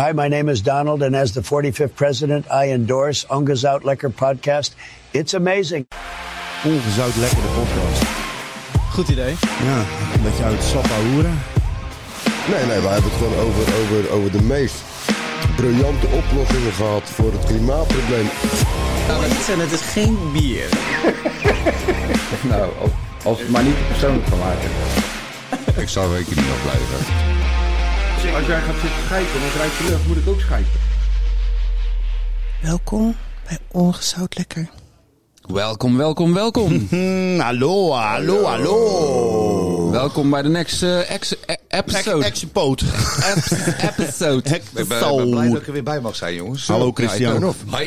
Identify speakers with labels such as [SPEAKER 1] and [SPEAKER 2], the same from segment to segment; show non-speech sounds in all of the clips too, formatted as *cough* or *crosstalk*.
[SPEAKER 1] Hi, my name is Donald, and as the 45th president, I endorse Unga's Out Lekker podcast. It's amazing.
[SPEAKER 2] Ongezout lekker de podcast.
[SPEAKER 3] Goed idee.
[SPEAKER 2] Ja, een beetje uit sap hoeren.
[SPEAKER 4] Nee, nee, we hebben het gewoon over, over, over de meest briljante oplossingen gehad voor het klimaatprobleem.
[SPEAKER 3] En het is geen bier.
[SPEAKER 5] Nou, als, als maar niet persoonlijk van maken.
[SPEAKER 4] Ik zou weken niet opblijven.
[SPEAKER 5] Als jij gaat zitten schijpen en het ruikt je lucht, moet ik ook schijpen.
[SPEAKER 6] Welkom bij Ongezout Lekker.
[SPEAKER 7] Welkom, welkom, welkom.
[SPEAKER 2] hallo, hallo, hallo.
[SPEAKER 7] welkom bij de next eh, ex- eh, episode.
[SPEAKER 2] Ex-poot.
[SPEAKER 7] Ep- episode.
[SPEAKER 5] Ik ben, ik ben blij dat ik er weer bij mag zijn, jongens.
[SPEAKER 2] Hallo,
[SPEAKER 5] Ja, ik
[SPEAKER 2] Christian.
[SPEAKER 5] ben erop.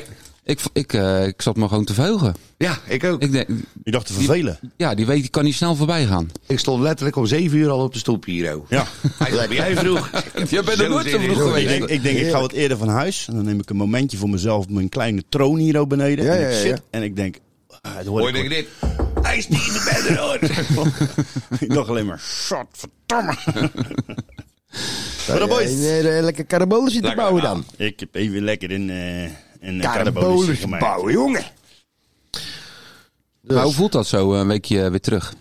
[SPEAKER 7] Ik, v- ik, eh, ik zat me gewoon te verheugen.
[SPEAKER 5] Ja, ik ook. Ik,
[SPEAKER 7] Ik denk,
[SPEAKER 2] Je dacht te vervelen.
[SPEAKER 7] ja, die weet, die kan niet snel voorbij gaan.
[SPEAKER 5] stond letterlijk om 7 uur al op de stoep hier, oh. *laughs*
[SPEAKER 2] Ja.
[SPEAKER 5] Hij zei, jij
[SPEAKER 7] *laughs*
[SPEAKER 5] vroeg.
[SPEAKER 7] Je bent er nooit zo vroeg
[SPEAKER 2] Ik
[SPEAKER 7] geweest.
[SPEAKER 2] denk, ik denk, ik ga wat eerder van huis. En dan neem ik een momentje voor mezelf op mijn kleine troon hier ook beneden.
[SPEAKER 5] Ja,
[SPEAKER 2] en
[SPEAKER 5] ja,
[SPEAKER 2] ik
[SPEAKER 5] ja,
[SPEAKER 2] zit
[SPEAKER 5] ja.
[SPEAKER 2] en ik denk... ah, het hoor
[SPEAKER 5] Hoor
[SPEAKER 2] ik
[SPEAKER 5] je dit? Hij is niet in de bed,
[SPEAKER 2] *laughs*
[SPEAKER 5] hoor.
[SPEAKER 2] ook. *laughs* Ik dacht oh. alleen maar,
[SPEAKER 5] *laughs*
[SPEAKER 2] godverdomme.
[SPEAKER 4] Hey,
[SPEAKER 2] boys.
[SPEAKER 4] lekker karabolen zitten bouwen dan.
[SPEAKER 2] ik heb even lekker in... eh een
[SPEAKER 4] Karabolen
[SPEAKER 2] karabolische
[SPEAKER 4] zitten
[SPEAKER 2] gemaakt.
[SPEAKER 4] bouwen, jongen.
[SPEAKER 2] Dus.
[SPEAKER 7] Maar hoe voelt dat zo eh, een weekje eh, weer terug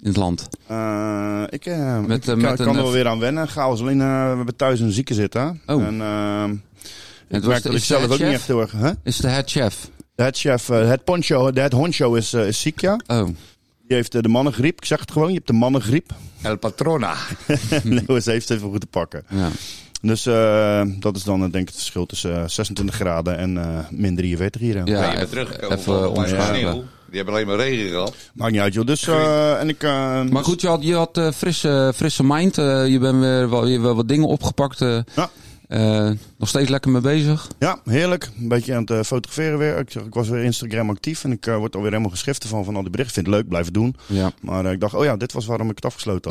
[SPEAKER 7] in het land?
[SPEAKER 2] Eh, ik eh,
[SPEAKER 7] Met, eh,
[SPEAKER 2] ik kan,
[SPEAKER 7] met
[SPEAKER 2] kan
[SPEAKER 7] een,
[SPEAKER 2] er wel
[SPEAKER 7] eh,
[SPEAKER 2] weer aan wennen. Ga als alleen, eh, we hebben thuis een zieke zitten.
[SPEAKER 7] Oh.
[SPEAKER 2] En, eh,
[SPEAKER 7] was
[SPEAKER 2] ik
[SPEAKER 7] de-
[SPEAKER 2] merk dat ik
[SPEAKER 7] is de
[SPEAKER 2] zelf ook niet
[SPEAKER 7] headchef?
[SPEAKER 2] echt heel erg... Hè?
[SPEAKER 7] Is de head chef?
[SPEAKER 2] De headchef, eh, het poncho, de head honcho is, eh, is ziek, ja.
[SPEAKER 7] Oh,
[SPEAKER 2] Die heeft eh, de mannengriep. Ik zeg het gewoon, je hebt de
[SPEAKER 7] *laughs*
[SPEAKER 2] mannengriep. *laughs*
[SPEAKER 5] El Patrona.
[SPEAKER 2] Lewis heeft het even goed te pakken.
[SPEAKER 7] ja.
[SPEAKER 2] Dus eh, dat is dan eh, denk ik het verschil tussen eh, 26 graden en eh, min 43 hier. hè.
[SPEAKER 7] ja
[SPEAKER 8] Ja, ik ben
[SPEAKER 7] even-
[SPEAKER 8] teruggekomen
[SPEAKER 7] even,
[SPEAKER 8] van
[SPEAKER 7] eh,
[SPEAKER 8] een paar
[SPEAKER 7] omschakelen.
[SPEAKER 8] sneeuw. Die hebben alleen maar regen gehad.
[SPEAKER 2] Maakt niet uit joh. Dus, eh, en ik, eh,
[SPEAKER 7] Maar goed, je had, je had eh, frisse, frisse mind. eh, je bent weer wel, weer wel wat dingen opgepakt. eh,
[SPEAKER 2] Ja.
[SPEAKER 7] eh, nog steeds lekker mee bezig.
[SPEAKER 2] Ja, heerlijk. Een beetje aan het eh, fotograferen weer. Ik, ik was weer Instagram actief en ik eh, word alweer helemaal geschriften van, van al die berichten. Vind het leuk, blijven doen.
[SPEAKER 7] *laughs* Ja.
[SPEAKER 2] Maar eh, ik dacht, oh ja, dit was waarom ik het
[SPEAKER 7] *laughs*
[SPEAKER 2] afgesloten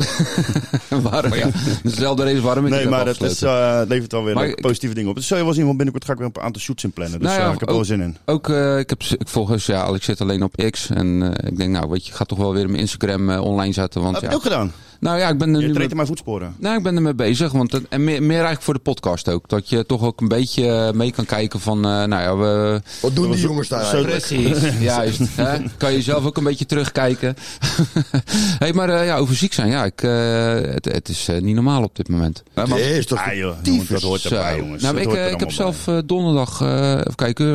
[SPEAKER 2] had.
[SPEAKER 7] Waarom? Ja. *laughs* Dezelfde reden waarom ik
[SPEAKER 2] Oh, nee,
[SPEAKER 7] het
[SPEAKER 2] maar
[SPEAKER 7] heb
[SPEAKER 2] dat is,
[SPEAKER 7] afgesloten.
[SPEAKER 2] eh, levert alweer
[SPEAKER 7] Maar
[SPEAKER 2] weer
[SPEAKER 7] ik-
[SPEAKER 2] positieve dingen op. Dus zul je wel zien, want binnenkort ga ik weer een aantal shoots in plannen. Dus
[SPEAKER 7] Nou ja,
[SPEAKER 2] eh, ik heb er
[SPEAKER 7] ook-
[SPEAKER 2] wel zin in.
[SPEAKER 7] Ook, eh, ik heb z- ik volg eens, ja, Alex zit alleen op X. En eh, ik denk, nou, weet je, ik ga toch wel weer mijn Instagram eh, online zetten. Want
[SPEAKER 2] Heb je
[SPEAKER 7] ja,
[SPEAKER 2] ook gedaan?
[SPEAKER 7] nou ja, ik ben er
[SPEAKER 2] Je
[SPEAKER 7] nu.
[SPEAKER 2] treedt
[SPEAKER 7] Mee,
[SPEAKER 2] in mijn voetsporen.
[SPEAKER 7] nou, ik ben ermee bezig. Want, het- en meer, meer eigenlijk voor de podcast ook. Dat je toch ook een beetje eh, mee kan kijken van, eh, nou ja, we.
[SPEAKER 4] Wat doen die jongens daar
[SPEAKER 2] Zo-
[SPEAKER 4] eigenlijk?
[SPEAKER 7] Precies. *laughs* Juist. Hè? Kan je zelf ook een beetje terugkijken. *laughs* hey, maar eh, ja, over ziek zijn, ja, ik, eh, het, het is eh, niet normaal op dit moment.
[SPEAKER 4] Ja, is toch
[SPEAKER 2] Ah, joh, jongens,
[SPEAKER 4] tyfus.
[SPEAKER 2] dat hoort erbij,
[SPEAKER 7] Zo.
[SPEAKER 2] jongens.
[SPEAKER 7] Nou,
[SPEAKER 2] Dat
[SPEAKER 7] maar ik,
[SPEAKER 2] hoort
[SPEAKER 7] eh,
[SPEAKER 2] er
[SPEAKER 7] ik heb
[SPEAKER 2] allemaal bij.
[SPEAKER 7] zelf eh, donderdag, eh, even kijken, eh,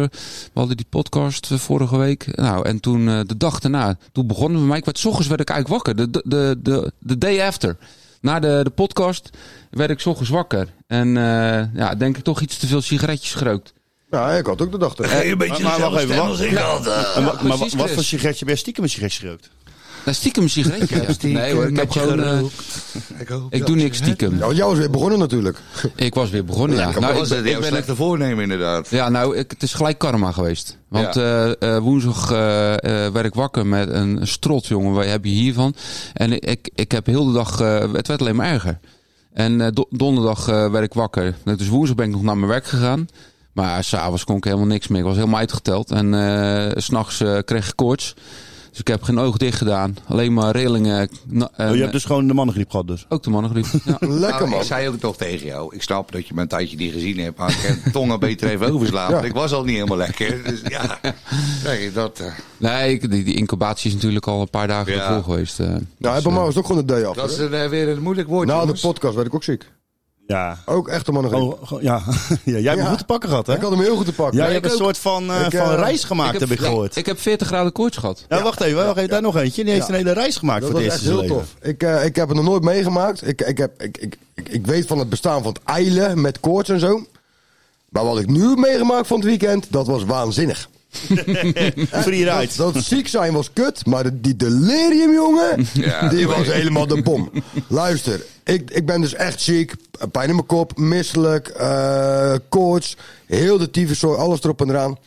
[SPEAKER 7] we hadden die podcast eh, vorige week. Nou, en toen eh, de dag daarna, toen begonnen we, maar ik werd, s ochtends werd ik eigenlijk wakker. De, de, de, de day after. Na de, de podcast werd ik s ochtends wakker. En eh, ja, denk ik toch iets te veel sigaretjes gerookt.
[SPEAKER 4] *laughs* Ja, ik had ook de dag ervan.
[SPEAKER 5] Een beetje
[SPEAKER 2] Maar- maar wacht even, wacht.
[SPEAKER 5] ik had.
[SPEAKER 2] En wa- Eh, maar wa-
[SPEAKER 7] precies,
[SPEAKER 2] wat
[SPEAKER 7] Chris.
[SPEAKER 2] voor sigaretje ben je stiekem een sigaretje gerookt?
[SPEAKER 7] Nou, stiekem *laughs* sigaretjes. ja. nee hoor, ik heb gewoon... eh, ik doe niks stiekem.
[SPEAKER 4] Ja, want jou is weer begonnen natuurlijk.
[SPEAKER 7] Ik was weer begonnen, ja.
[SPEAKER 5] Nou,
[SPEAKER 7] Nou,
[SPEAKER 5] was
[SPEAKER 7] ik ben-
[SPEAKER 5] het
[SPEAKER 7] ik
[SPEAKER 5] jouw
[SPEAKER 7] ben-
[SPEAKER 5] slechte voornemen, inderdaad.
[SPEAKER 7] Ja, nou, ik, het is gelijk karma geweest. Want eh, eh, woensdag eh, eh, werd ik wakker met een strot, jongen. Wat heb je hiervan? En ik- ik, ik heb heel de dag... eh, het werd alleen maar erger. En eh, do- donderdag eh, werd ik wakker. Nou, Dus woensdag ben ik nog naar mijn werk gegaan. Maar s'avonds kon ik helemaal niks meer. Ik was helemaal uitgeteld. En eh, s s'nachts kreeg ik koorts. Dus ik heb geen oog dicht gedaan. Alleen maar rillingen. na- en,
[SPEAKER 2] Oh, je
[SPEAKER 4] eh,
[SPEAKER 2] hebt dus gewoon de mannengriep gehad dus.
[SPEAKER 7] eh, Ook de mannengriep.
[SPEAKER 2] *laughs*
[SPEAKER 7] Ja.
[SPEAKER 4] Lekker
[SPEAKER 5] Nou,
[SPEAKER 4] man.
[SPEAKER 5] ik zei ook toch tegen jou, ik snap dat je me een tijdje niet gezien hebt, maar ik heb tongen beter even overslaan. *laughs* want Ik was al niet helemaal lekker. Dus ja, nee, dat... eh,
[SPEAKER 7] Nee, ik- die, die incubatie is natuurlijk al een paar dagen
[SPEAKER 5] Ja.
[SPEAKER 7] ervoor geweest. eh.
[SPEAKER 4] Nou, hij bij mij was ook gewoon een day
[SPEAKER 5] Dat is
[SPEAKER 4] af.
[SPEAKER 5] een, eh, weer een moeilijk woord.
[SPEAKER 4] Na de
[SPEAKER 5] jongens.
[SPEAKER 4] podcast werd ik ook ziek.
[SPEAKER 2] Ja.
[SPEAKER 4] Ook echt een mannengriep.
[SPEAKER 2] Oh, go- ja. *laughs* ja. Jij hebt hem
[SPEAKER 4] Ja.
[SPEAKER 2] goed te pakken gehad, hè?
[SPEAKER 4] Ik had hem heel goed te pakken.
[SPEAKER 2] Ja, je
[SPEAKER 7] ik
[SPEAKER 2] hebt een
[SPEAKER 7] ook.
[SPEAKER 2] soort van, eh,
[SPEAKER 4] Ik, eh,
[SPEAKER 2] van reis gemaakt,
[SPEAKER 7] ik
[SPEAKER 2] heb ik
[SPEAKER 7] ja,
[SPEAKER 2] gehoord.
[SPEAKER 7] ik heb 40 graden koorts gehad.
[SPEAKER 2] Ja, wacht even, wacht even, daar nog eentje. Die heeft
[SPEAKER 4] Ja.
[SPEAKER 2] een hele reis gemaakt
[SPEAKER 4] Dat
[SPEAKER 2] voor
[SPEAKER 4] was
[SPEAKER 2] het
[SPEAKER 4] echt
[SPEAKER 2] eerst in
[SPEAKER 4] heel
[SPEAKER 2] zijn leven.
[SPEAKER 4] tof. Ik, eh, ik heb het nog nooit meegemaakt. Ik, ik, heb, ik, ik, ik, ik weet van het bestaan van het eilen met koorts en zo. Maar wat ik nu heb meegemaakt van het weekend, dat was waanzinnig.
[SPEAKER 2] Free ride.
[SPEAKER 4] Dat ziek zijn was kut, maar de- die delirium,
[SPEAKER 2] *laughs*
[SPEAKER 4] jongen,
[SPEAKER 5] Ja,
[SPEAKER 4] die
[SPEAKER 5] dat
[SPEAKER 4] was
[SPEAKER 5] weet ik.
[SPEAKER 4] helemaal de bom. Luister, ik, ik ben dus echt ziek. Pijn in mijn kop, misselijk, eh, koorts, heel de tyfuszooi, alles erop en eraan.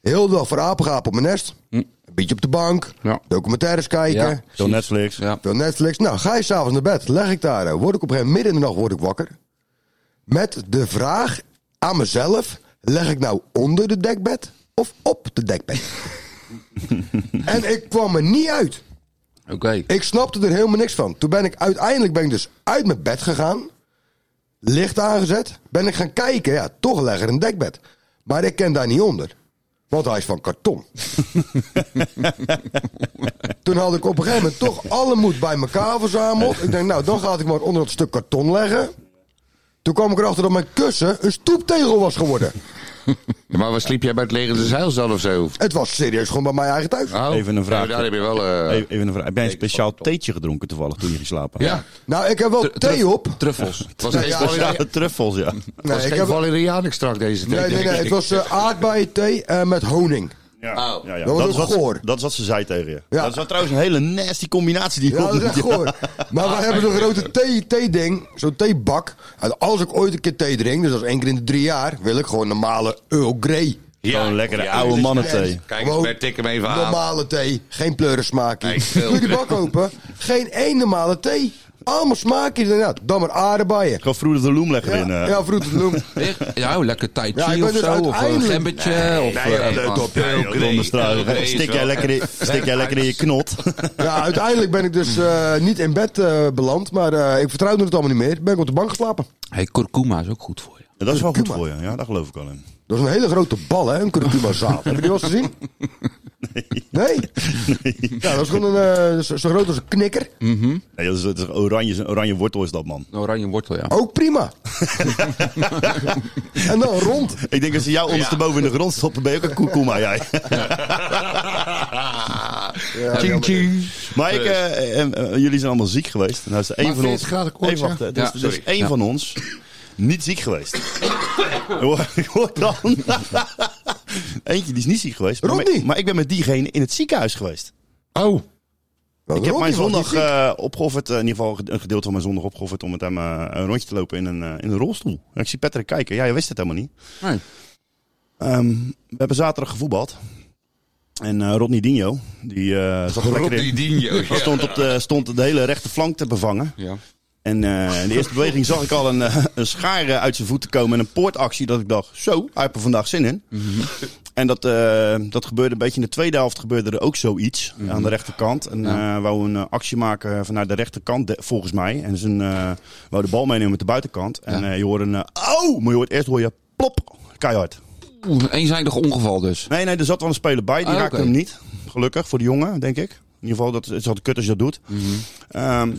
[SPEAKER 4] Heel de dag voor apengaap op mijn nest.
[SPEAKER 2] Hm.
[SPEAKER 4] Een beetje op de bank,
[SPEAKER 7] Ja.
[SPEAKER 4] documentaires kijken.
[SPEAKER 7] Ja.
[SPEAKER 2] Door Netflix.
[SPEAKER 7] Ja.
[SPEAKER 4] Veel Netflix. Nou, ga je s'avonds naar bed. Leg ik daar. eh, Word ik op een gegeven moment midden in de nacht word ik wakker. Met de vraag aan mezelf. Leg ik nou onder de dekbed of op de dekbed? en ik kwam er niet uit.
[SPEAKER 7] Oké.
[SPEAKER 4] Ik snapte er helemaal niks van. Toen ben ik uiteindelijk ben ik dus uit mijn bed gegaan. Licht aangezet. Ben ik gaan kijken. Ja, toch legger een dekbed. Maar ik ken daar niet onder. Want hij is van karton. *laughs* Toen had ik op een gegeven moment toch alle moed bij elkaar verzameld. Ik denk, nou, dan ga ik maar onder dat stuk karton leggen. Toen kwam ik erachter dat mijn kussen een stoeptegel was geworden.
[SPEAKER 5] Ja, maar waar sliep jij bij het legende zeilzaal of zo?
[SPEAKER 4] Het was serieus gewoon bij mijn eigen thuis.
[SPEAKER 5] Oh,
[SPEAKER 2] Even een vraag.
[SPEAKER 5] nou, daar heb je wel... eh,
[SPEAKER 2] Even even een vraag. Heb jij een speciaal theetje gedronken toevallig toen je ging slapen?
[SPEAKER 5] ja,
[SPEAKER 4] Nou, ik heb wel thee op.
[SPEAKER 7] Truffels.
[SPEAKER 5] het was
[SPEAKER 4] Nou
[SPEAKER 5] geen
[SPEAKER 4] ja,
[SPEAKER 5] Valeria-
[SPEAKER 2] Ja, truffels, ja.
[SPEAKER 5] het was
[SPEAKER 4] Nee, ik
[SPEAKER 5] geen
[SPEAKER 4] heb...
[SPEAKER 5] Valeriaan extract deze tijd.
[SPEAKER 4] Nee, nee, nee. Het was eh, aardbeienthee eh, met honing.
[SPEAKER 2] Ja, ja, ja.
[SPEAKER 4] Dat was
[SPEAKER 2] is
[SPEAKER 4] ook
[SPEAKER 2] wat,
[SPEAKER 4] goor.
[SPEAKER 2] dat is wat ze zei tegen je.
[SPEAKER 4] Ja.
[SPEAKER 2] Dat is wel trouwens een hele nasty combinatie die je
[SPEAKER 4] Ja, dat is
[SPEAKER 2] opdoet.
[SPEAKER 4] echt hoor. Maar wij hebben zo'n
[SPEAKER 5] *laughs*
[SPEAKER 4] grote thee- thee-ding, zo'n theebak. En als ik ooit een keer thee drink, dus dat is één keer in de drie jaar, wil ik gewoon normale Earl Grey. Dus
[SPEAKER 2] Gewoon een lekkere oude mannen thee.
[SPEAKER 5] Kijk,
[SPEAKER 4] Gewoon
[SPEAKER 5] Bert, tik hem even aan.
[SPEAKER 4] Normale thee, geen pleurensmaakje.
[SPEAKER 5] Nee, veel.
[SPEAKER 4] Doe je de bak open, geen één normale thee. Allemaal smaakjes, inderdaad. Dan maar aardbeien.
[SPEAKER 2] Gewoon vroeger de loem leggen
[SPEAKER 4] Ja,
[SPEAKER 2] in. eh.
[SPEAKER 4] ja vroeg te doen.
[SPEAKER 7] Echt? Nou, lekker tai chi
[SPEAKER 4] Ja, ik ben
[SPEAKER 7] of
[SPEAKER 4] dus
[SPEAKER 7] zo. Of een
[SPEAKER 4] uiteindelijk-
[SPEAKER 7] gembetje. of
[SPEAKER 2] Nee,
[SPEAKER 7] eh,
[SPEAKER 2] joh, leuk
[SPEAKER 7] wat.
[SPEAKER 2] op, joh,
[SPEAKER 5] *laughs* Heel
[SPEAKER 2] donderstraal.
[SPEAKER 5] breed, heel
[SPEAKER 2] Stik
[SPEAKER 5] breed,
[SPEAKER 2] jij
[SPEAKER 5] zo.
[SPEAKER 2] lekker in- stik jij lekker in je knot. *laughs*
[SPEAKER 4] Ja, uiteindelijk ben ik dus eh, niet in bed eh, beland, maar eh, ik vertrouwde het allemaal niet meer. Ben ik op de bank geslapen.
[SPEAKER 7] Hey, kurkuma is ook goed voor je.
[SPEAKER 2] Dat is wel goed voor je. Ja, daar geloof ik al in. *laughs*
[SPEAKER 4] Dat is een hele grote bal, hè, een curcumazaad. Heb je die wel eens gezien? Nee. Ja, dat is gewoon een, eh, zo, zo groot als een knikker.
[SPEAKER 2] Nee, dat is, dat is oranje, een oranje wortel is dat, man.
[SPEAKER 7] Een oranje wortel,
[SPEAKER 2] Oh.
[SPEAKER 7] ja.
[SPEAKER 4] Ook prima. en dan rond.
[SPEAKER 2] Ik denk als ze jou ondersteboven in de grond stoppen, ben je ook een kurkuma, jij.
[SPEAKER 5] Ching, ching.
[SPEAKER 2] *laughs* Maar ik, eh, eh, eh, jullie zijn allemaal ziek geweest. Nou is er één van ons...
[SPEAKER 5] 40 graden koorts,
[SPEAKER 2] Even wachten,
[SPEAKER 5] ja.
[SPEAKER 2] dus,
[SPEAKER 7] Ja,
[SPEAKER 2] dus
[SPEAKER 7] sorry.
[SPEAKER 2] één
[SPEAKER 7] Ja.
[SPEAKER 2] van ons niet ziek geweest. Ik hoor- ik hoor dan... *laughs* Eentje die is niet ziek geweest. Maar,
[SPEAKER 4] Rodney.
[SPEAKER 2] maar ik ben met diegene in het ziekenhuis geweest.
[SPEAKER 5] Oh,
[SPEAKER 2] Ik heb mijn zondag eh, opgeofferd, eh, in ieder geval een gedeelte van mijn zondag opgeofferd om met hem eh, een rondje te lopen in een, eh, in een rolstoel. En ik zie Patrick kijken. Ja, je wist het helemaal niet.
[SPEAKER 7] Nee.
[SPEAKER 2] Ehm, we hebben zaterdag gevoetbald. En eh, Rodney Dino, die eh, zat er lekker
[SPEAKER 5] Rodney
[SPEAKER 2] in. *laughs*
[SPEAKER 5] Dino. ja.
[SPEAKER 2] Stond, op de, stond de hele rechte flank te bevangen.
[SPEAKER 7] Ja.
[SPEAKER 2] En eh, in de eerste beweging zag ik al een, eh, een schaar eh, uit zijn voeten komen en een poortactie. Dat ik dacht, zo, hij heeft er vandaag zin in.
[SPEAKER 5] Mhm.
[SPEAKER 2] En dat, eh, dat gebeurde een beetje in de tweede helft gebeurde er ook zoiets
[SPEAKER 5] Mhm.
[SPEAKER 2] aan de rechterkant. En eh wou een eh, actie maken vanuit de rechterkant, de- volgens mij. En zijn, eh wou de bal meenemen met de buitenkant. En
[SPEAKER 7] Ja.
[SPEAKER 2] eh, je hoorde een, oh, maar je hoort eerst hoor je plop, keihard.
[SPEAKER 7] Oeh, een eenzijdig ongeval dus.
[SPEAKER 2] Nee, nee, er zat wel een speler bij. Die
[SPEAKER 7] Ah,
[SPEAKER 2] raakte
[SPEAKER 7] oké.
[SPEAKER 2] hem niet. Gelukkig voor de jongen, denk ik. In ieder geval, dat het is altijd kut als je dat doet.
[SPEAKER 7] Mhm.
[SPEAKER 2] Ehm,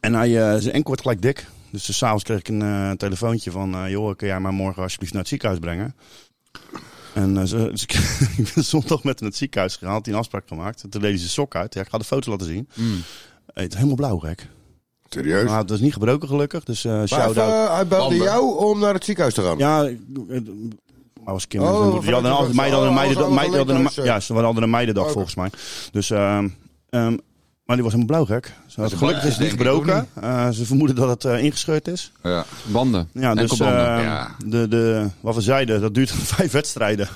[SPEAKER 2] en hij, eh, zijn enkel werd gelijk dik. Dus dus s'avonds kreeg ik een eh, telefoontje van... eh, joh, kun jij mij morgen alsjeblieft naar het ziekenhuis brengen? En eh, ze- *laughs* dus ik, ik ben zondag met hem naar het ziekenhuis gegaan. Had hij een afspraak gemaakt. En Toen deed hij zijn sok uit. Ja, ik ga de foto laten zien.
[SPEAKER 7] Mm.
[SPEAKER 2] Het is helemaal blauw, gek.
[SPEAKER 4] Serieus?
[SPEAKER 2] Maar het was niet gebroken, gelukkig. Dus eh
[SPEAKER 4] Maar
[SPEAKER 2] shout-out.
[SPEAKER 4] even, eh, hij belde
[SPEAKER 5] Banden.
[SPEAKER 4] jou om naar het ziekenhuis te gaan.
[SPEAKER 2] Ja, ik- het- maar was kind.
[SPEAKER 4] Oh,
[SPEAKER 2] dus dan moet- die
[SPEAKER 4] vanuit
[SPEAKER 2] hadden
[SPEAKER 4] de
[SPEAKER 2] altijd
[SPEAKER 4] rust.
[SPEAKER 2] meiden hadden
[SPEAKER 4] Oh,
[SPEAKER 2] een meidendag-
[SPEAKER 4] alles
[SPEAKER 2] meiden hadden een
[SPEAKER 4] allemaal
[SPEAKER 2] me- Ja, ze hadden een meidendag
[SPEAKER 4] Oké.
[SPEAKER 2] volgens mij. Dus, ehm, ehm, maar die was helemaal blauw gek. Ze had-
[SPEAKER 5] is
[SPEAKER 2] Gelukkig
[SPEAKER 5] wel-
[SPEAKER 2] is het niet
[SPEAKER 5] denk ik ook
[SPEAKER 2] gebroken. Eh, ze vermoeden dat het eh, ingescheurd is.
[SPEAKER 5] Ja.
[SPEAKER 7] Banden.
[SPEAKER 2] Ja, dus
[SPEAKER 7] Enkelbanden.
[SPEAKER 2] ehm,
[SPEAKER 5] ja.
[SPEAKER 2] de, de, wat we zeiden, dat duurt *laughs* vijf wedstrijden.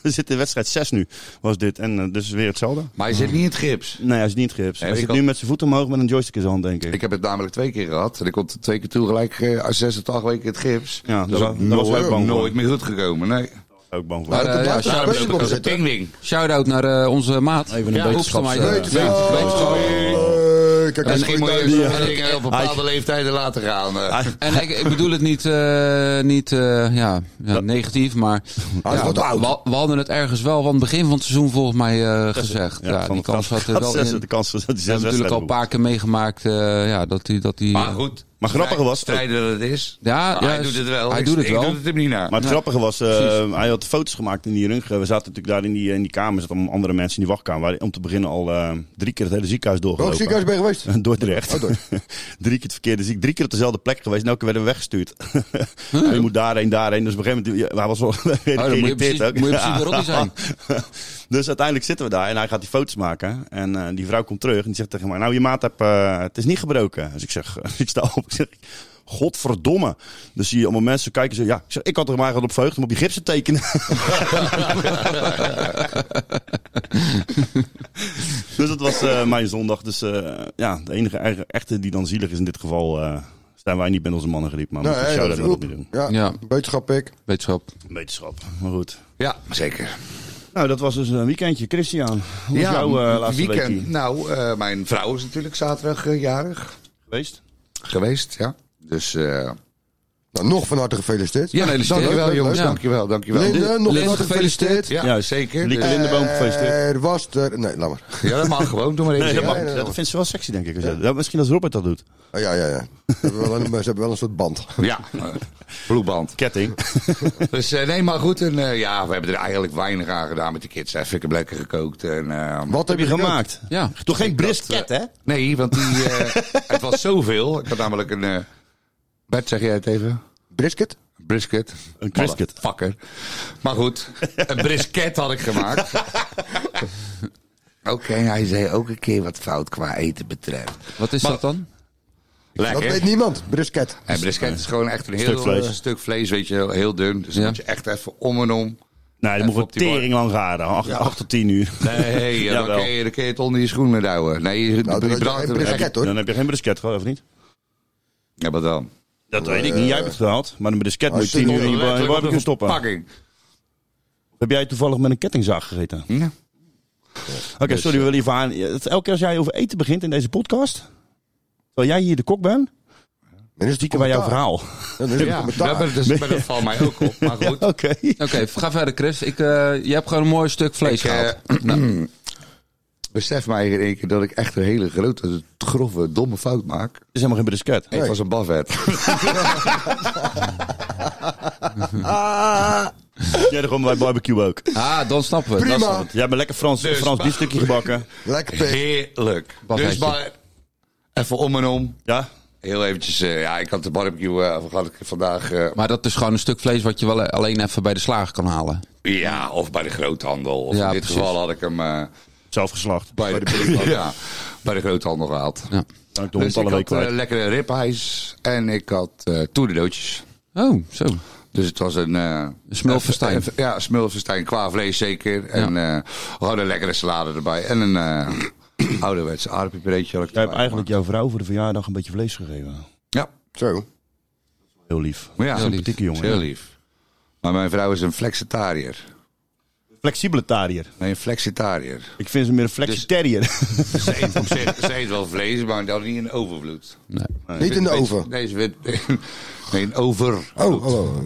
[SPEAKER 2] We zitten in wedstrijd zes nu, was dit. En eh, dus weer hetzelfde.
[SPEAKER 5] Maar hij zit niet in het gips.
[SPEAKER 2] Nee, hij is niet gips.
[SPEAKER 5] Nee,
[SPEAKER 2] hij
[SPEAKER 5] ik
[SPEAKER 2] zit
[SPEAKER 5] had-
[SPEAKER 2] nu met zijn voet omhoog met een joystick in zijn hand, denk ik.
[SPEAKER 5] Ik heb het namelijk twee keer gehad. En ik kon twee keer toe gelijk eh, als zes tot acht weken in het gips.
[SPEAKER 2] Ja,
[SPEAKER 5] dat
[SPEAKER 2] dus
[SPEAKER 5] was
[SPEAKER 2] daar daar was hij ook bang
[SPEAKER 5] nooit
[SPEAKER 2] voor.
[SPEAKER 5] meer goed gekomen. Nee.
[SPEAKER 2] Ook bang voor.
[SPEAKER 7] Maar, eh, ja,
[SPEAKER 4] blijft
[SPEAKER 7] shout-
[SPEAKER 4] Daar ben ik op
[SPEAKER 5] Als een
[SPEAKER 4] zitten.
[SPEAKER 5] pingwing.
[SPEAKER 7] Shout-out naar eh, onze maat.
[SPEAKER 2] Even een
[SPEAKER 7] Ja,
[SPEAKER 2] wetenschaps-
[SPEAKER 7] Hoopstra-
[SPEAKER 2] eh,
[SPEAKER 7] Ja, wetenschap.
[SPEAKER 4] Eh, kijk, als
[SPEAKER 5] Misschien
[SPEAKER 4] je
[SPEAKER 5] moet je
[SPEAKER 4] thuis-
[SPEAKER 5] sommige
[SPEAKER 7] *laughs*
[SPEAKER 5] dingen op bepaalde leeftijden laten gaan. eh.
[SPEAKER 7] En ik, ik bedoel het niet, eh, niet eh, ja, ja, negatief, maar
[SPEAKER 2] Ah,
[SPEAKER 4] Hij is
[SPEAKER 7] ja,
[SPEAKER 4] wat oud.
[SPEAKER 7] we, we hadden het ergens wel van het begin van het seizoen volgens mij eh, gezegd. Ja,
[SPEAKER 2] van
[SPEAKER 7] die
[SPEAKER 2] de
[SPEAKER 7] kans had
[SPEAKER 2] *laughs*
[SPEAKER 7] er wel
[SPEAKER 2] zes-
[SPEAKER 7] in.
[SPEAKER 2] De kans dat hij zes
[SPEAKER 7] We hebben natuurlijk al
[SPEAKER 2] wedstrijden
[SPEAKER 7] een
[SPEAKER 2] boekt.
[SPEAKER 7] paar keer meegemaakt eh, ja, dat hij... Dat hij
[SPEAKER 5] Maar goed.
[SPEAKER 2] Maar grappiger was-
[SPEAKER 5] Strijden dat het is.
[SPEAKER 7] Ja,
[SPEAKER 5] Maar
[SPEAKER 7] ja,
[SPEAKER 5] hij doet het wel.
[SPEAKER 7] hij
[SPEAKER 5] Ik-
[SPEAKER 7] doet het wel.
[SPEAKER 5] Ik doe het hem niet na.
[SPEAKER 2] Maar het grappige was, eh,
[SPEAKER 7] precies.
[SPEAKER 2] hij had foto's gemaakt in die rung. We zaten natuurlijk daar in die, in die kamer, zaten allemaal andere mensen in die wachtkamer. Waar om te beginnen al eh, drie keer het hele ziekenhuis
[SPEAKER 4] Welk
[SPEAKER 2] doorgelopen.
[SPEAKER 4] ziekenhuis ben je geweest?
[SPEAKER 2] *laughs* Dordrecht.
[SPEAKER 7] Oh,
[SPEAKER 2] drie keer het verkeerde ziek. Drie keer op dezelfde plek geweest. En elke keer werden we weggestuurd. *laughs* Je moet daarheen, daarheen. Dus op een gegeven moment, ja, hij was wel *laughs*
[SPEAKER 7] Oh, moet je
[SPEAKER 2] geïrriteerd
[SPEAKER 7] precies-
[SPEAKER 2] ook.
[SPEAKER 7] moet
[SPEAKER 2] *laughs*
[SPEAKER 7] je precies bij Robbie zijn.
[SPEAKER 2] dus uiteindelijk zitten we daar en hij gaat die foto's maken. En eh, die vrouw komt terug en die zegt tegen mij, nou je maat hebt, eh, het is niet gebroken. Dus ik zeg, *laughs* ik sta op, ik zeg, godverdomme. Dus zie je allemaal mensen kijken zo, ja, ik, zeg, ik had er maar wat op verheugd om op die gips te tekenen. dus dat was eh, mijn zondag. Dus eh, ja, de enige eigen- echte die dan zielig is in dit geval... eh, Staan wij niet met onze mannen geriep, maar
[SPEAKER 4] Nee,
[SPEAKER 2] moet ik zou
[SPEAKER 4] dat is
[SPEAKER 2] dat
[SPEAKER 4] goed.
[SPEAKER 2] ook niet doen.
[SPEAKER 4] Ja,
[SPEAKER 7] Ja.
[SPEAKER 4] wetenschap ik.
[SPEAKER 7] Wetenschap.
[SPEAKER 2] Wetenschap, maar goed.
[SPEAKER 5] Ja, zeker.
[SPEAKER 2] Nou, dat was dus een weekendje. Christian, hoe was jouw eh, laatste
[SPEAKER 5] weekend.
[SPEAKER 2] weekje
[SPEAKER 5] Nou, eh, mijn vrouw is natuurlijk zaterdag eh, jarig
[SPEAKER 2] geweest?
[SPEAKER 5] geweest, ja. Dus eh,
[SPEAKER 4] Nou, nog van harte gefeliciteerd.
[SPEAKER 7] Ja, gefeliciteerd.
[SPEAKER 4] Leuk,
[SPEAKER 5] Dankjewel
[SPEAKER 4] leuk,
[SPEAKER 5] jongens,
[SPEAKER 4] leuk.
[SPEAKER 5] dankjewel, dankjewel.
[SPEAKER 4] Linde, nog van
[SPEAKER 7] Linde,
[SPEAKER 4] harte gefeliciteerd.
[SPEAKER 5] Ja,
[SPEAKER 2] Juist.
[SPEAKER 5] zeker.
[SPEAKER 2] Lieke
[SPEAKER 5] Dus-
[SPEAKER 2] Lindeboom gefeliciteerd.
[SPEAKER 4] Er was er... Nee, laat maar.
[SPEAKER 5] ja, dat mag gewoon. Doe
[SPEAKER 2] *laughs*
[SPEAKER 5] maar even.
[SPEAKER 2] Nee, dat,
[SPEAKER 5] Ja,
[SPEAKER 2] mag,
[SPEAKER 5] ja,
[SPEAKER 2] dat vindt ze wel sexy, denk ik. als je dat- Misschien dat Robert dat doet.
[SPEAKER 4] Oh, ja, ja, ja. Ze hebben, wel een, *laughs* ze hebben wel een soort band.
[SPEAKER 5] Ja, eh, bloedband.
[SPEAKER 2] Ketting.
[SPEAKER 5] *laughs* Dus eh, nee, maar goed. En, eh, ja, we hebben er eigenlijk weinig aan gedaan met de kids. Even ik heb lekker gekookt. En, eh,
[SPEAKER 4] Wat heb je gemaakt?
[SPEAKER 2] Gemaakt.
[SPEAKER 7] Ja.
[SPEAKER 2] Toch geen brisket, hè?
[SPEAKER 5] Nee, want die, eh, *laughs* het was zoveel. Ik had namelijk een... eh Bert, zeg jij het even?
[SPEAKER 4] Brisket?
[SPEAKER 5] Brisket.
[SPEAKER 2] Een brisket.
[SPEAKER 5] Fucker. Maar goed, een brisket had ik gemaakt. Oké, hij zei ook een keer wat fout qua eten betreft.
[SPEAKER 7] *laughs* Wat is
[SPEAKER 5] Maar-
[SPEAKER 7] dat dan?
[SPEAKER 4] Dat
[SPEAKER 5] Lekker.
[SPEAKER 4] weet niemand. Brisket.
[SPEAKER 5] En brisket is gewoon echt een heel
[SPEAKER 2] Stuk vlees.
[SPEAKER 5] eh, stuk vlees, weet je, wel, heel dun. Dus
[SPEAKER 7] Ja.
[SPEAKER 5] dan moet je echt even om en om.
[SPEAKER 2] Nee, dan moeten
[SPEAKER 5] op
[SPEAKER 2] we
[SPEAKER 5] die bar.
[SPEAKER 2] tering lang raden. 8 tot 10 uur. *laughs*
[SPEAKER 5] Nee, ja, dan,
[SPEAKER 2] Jawel.
[SPEAKER 5] kun je, dan kun je het onder je schoenen duwen. Nee, je,
[SPEAKER 4] Nou,
[SPEAKER 5] die
[SPEAKER 4] dat is
[SPEAKER 5] brand-
[SPEAKER 4] geen brisket hoor.
[SPEAKER 2] Dan heb je geen brisket gehad, of niet?
[SPEAKER 5] Ja, wat dan?
[SPEAKER 2] Dat weet ik niet. Jij hebt het gehaald. Maar een brisket moet je
[SPEAKER 4] als
[SPEAKER 2] 10
[SPEAKER 4] je
[SPEAKER 2] uur in je bar- in je
[SPEAKER 5] Letterlijk op de
[SPEAKER 2] barbecue stoppen.
[SPEAKER 5] verpakking.
[SPEAKER 2] Heb jij toevallig met een kettingzaag gegeten?
[SPEAKER 5] Ja. Dus, eh,
[SPEAKER 2] Oké, sorry, we willen even aan. Het- Elke keer als jij over eten begint in deze podcast, terwijl jij hier de kok bent,
[SPEAKER 4] Dan is het
[SPEAKER 2] stiekem bij jouw
[SPEAKER 4] commentaar.
[SPEAKER 2] verhaal.
[SPEAKER 4] Dan is het
[SPEAKER 5] Ja,
[SPEAKER 4] commentaar.
[SPEAKER 5] dat, dus, maar dat valt mij ook op.
[SPEAKER 2] *laughs*
[SPEAKER 5] Maar goed,
[SPEAKER 2] Oké.
[SPEAKER 7] Oké, ga verder Chris. Ik, eh, je hebt gewoon een mooi stuk vlees
[SPEAKER 5] Ik, eh,
[SPEAKER 7] gehaald.
[SPEAKER 5] *laughs* besef mij in één keer dat ik echt een hele grote, grove, domme fout maak.
[SPEAKER 2] Het is helemaal geen brisket.
[SPEAKER 5] Het was een bafet.
[SPEAKER 2] Jij er gewoon bij barbecue ook.
[SPEAKER 7] Ah, dan snappen we. Dan snappen
[SPEAKER 4] Prima.
[SPEAKER 7] we.
[SPEAKER 2] Jij hebt een lekker Frans,
[SPEAKER 5] Dus-
[SPEAKER 2] Frans biefstukje gebakken.
[SPEAKER 4] Lekker pik.
[SPEAKER 5] Heerlijk.
[SPEAKER 7] Buffetje.
[SPEAKER 5] Dus maar even om en om.
[SPEAKER 2] Ja?
[SPEAKER 5] Heel eventjes, eh, ja, ik had de barbecue, eh, of had ik vandaag, eh,
[SPEAKER 7] Maar dat is gewoon een stuk vlees wat je wel eh, alleen even bij de slager kan halen.
[SPEAKER 5] ja, of bij de groothandel. Of
[SPEAKER 7] Ja,
[SPEAKER 5] in dit
[SPEAKER 7] precies.
[SPEAKER 5] geval had ik hem eh,
[SPEAKER 2] Zelf geslacht.
[SPEAKER 5] bij, de, *laughs* ja, bij de groothandel gehaald.
[SPEAKER 7] Ja.
[SPEAKER 2] Dan ik de hond
[SPEAKER 5] Dus ik
[SPEAKER 2] alle week
[SPEAKER 5] had eh,
[SPEAKER 2] kwijt.
[SPEAKER 5] lekkere ribeyes en ik had eh toedelootjes.
[SPEAKER 7] Oh, zo.
[SPEAKER 5] Dus het was een... eh
[SPEAKER 7] Smulverstein.
[SPEAKER 5] een- een- Ja, smulverstein. Qua vlees zeker. En eh, we hadden een lekkere salade erbij. En een eh *clears throat* ouderwetse aardappelbreedje had ik
[SPEAKER 2] Jij hebt
[SPEAKER 5] erbij
[SPEAKER 2] eigenlijk jouw vrouw voor de verjaardag een beetje vlees gegeven.
[SPEAKER 5] Ja,
[SPEAKER 4] Zo.
[SPEAKER 2] Heel lief.
[SPEAKER 5] maar ja.
[SPEAKER 7] Heel lief.
[SPEAKER 2] Sympathieke
[SPEAKER 5] Heel
[SPEAKER 2] jongen.
[SPEAKER 5] lief. Maar mijn vrouw is een flexitariër.
[SPEAKER 2] Flexibelitariër.
[SPEAKER 5] Nee, een flexitariër.
[SPEAKER 2] Ik vind ze
[SPEAKER 5] Dus-
[SPEAKER 2] meer een flexitariër.
[SPEAKER 5] *laughs* Ze eet, op zich- ze eet wel vlees, maar dan niet in overvloed.
[SPEAKER 4] Niet in de
[SPEAKER 5] Weet-
[SPEAKER 4] oven.
[SPEAKER 5] Nee, ze weet, *laughs* nee in over.
[SPEAKER 4] Oh, hallo.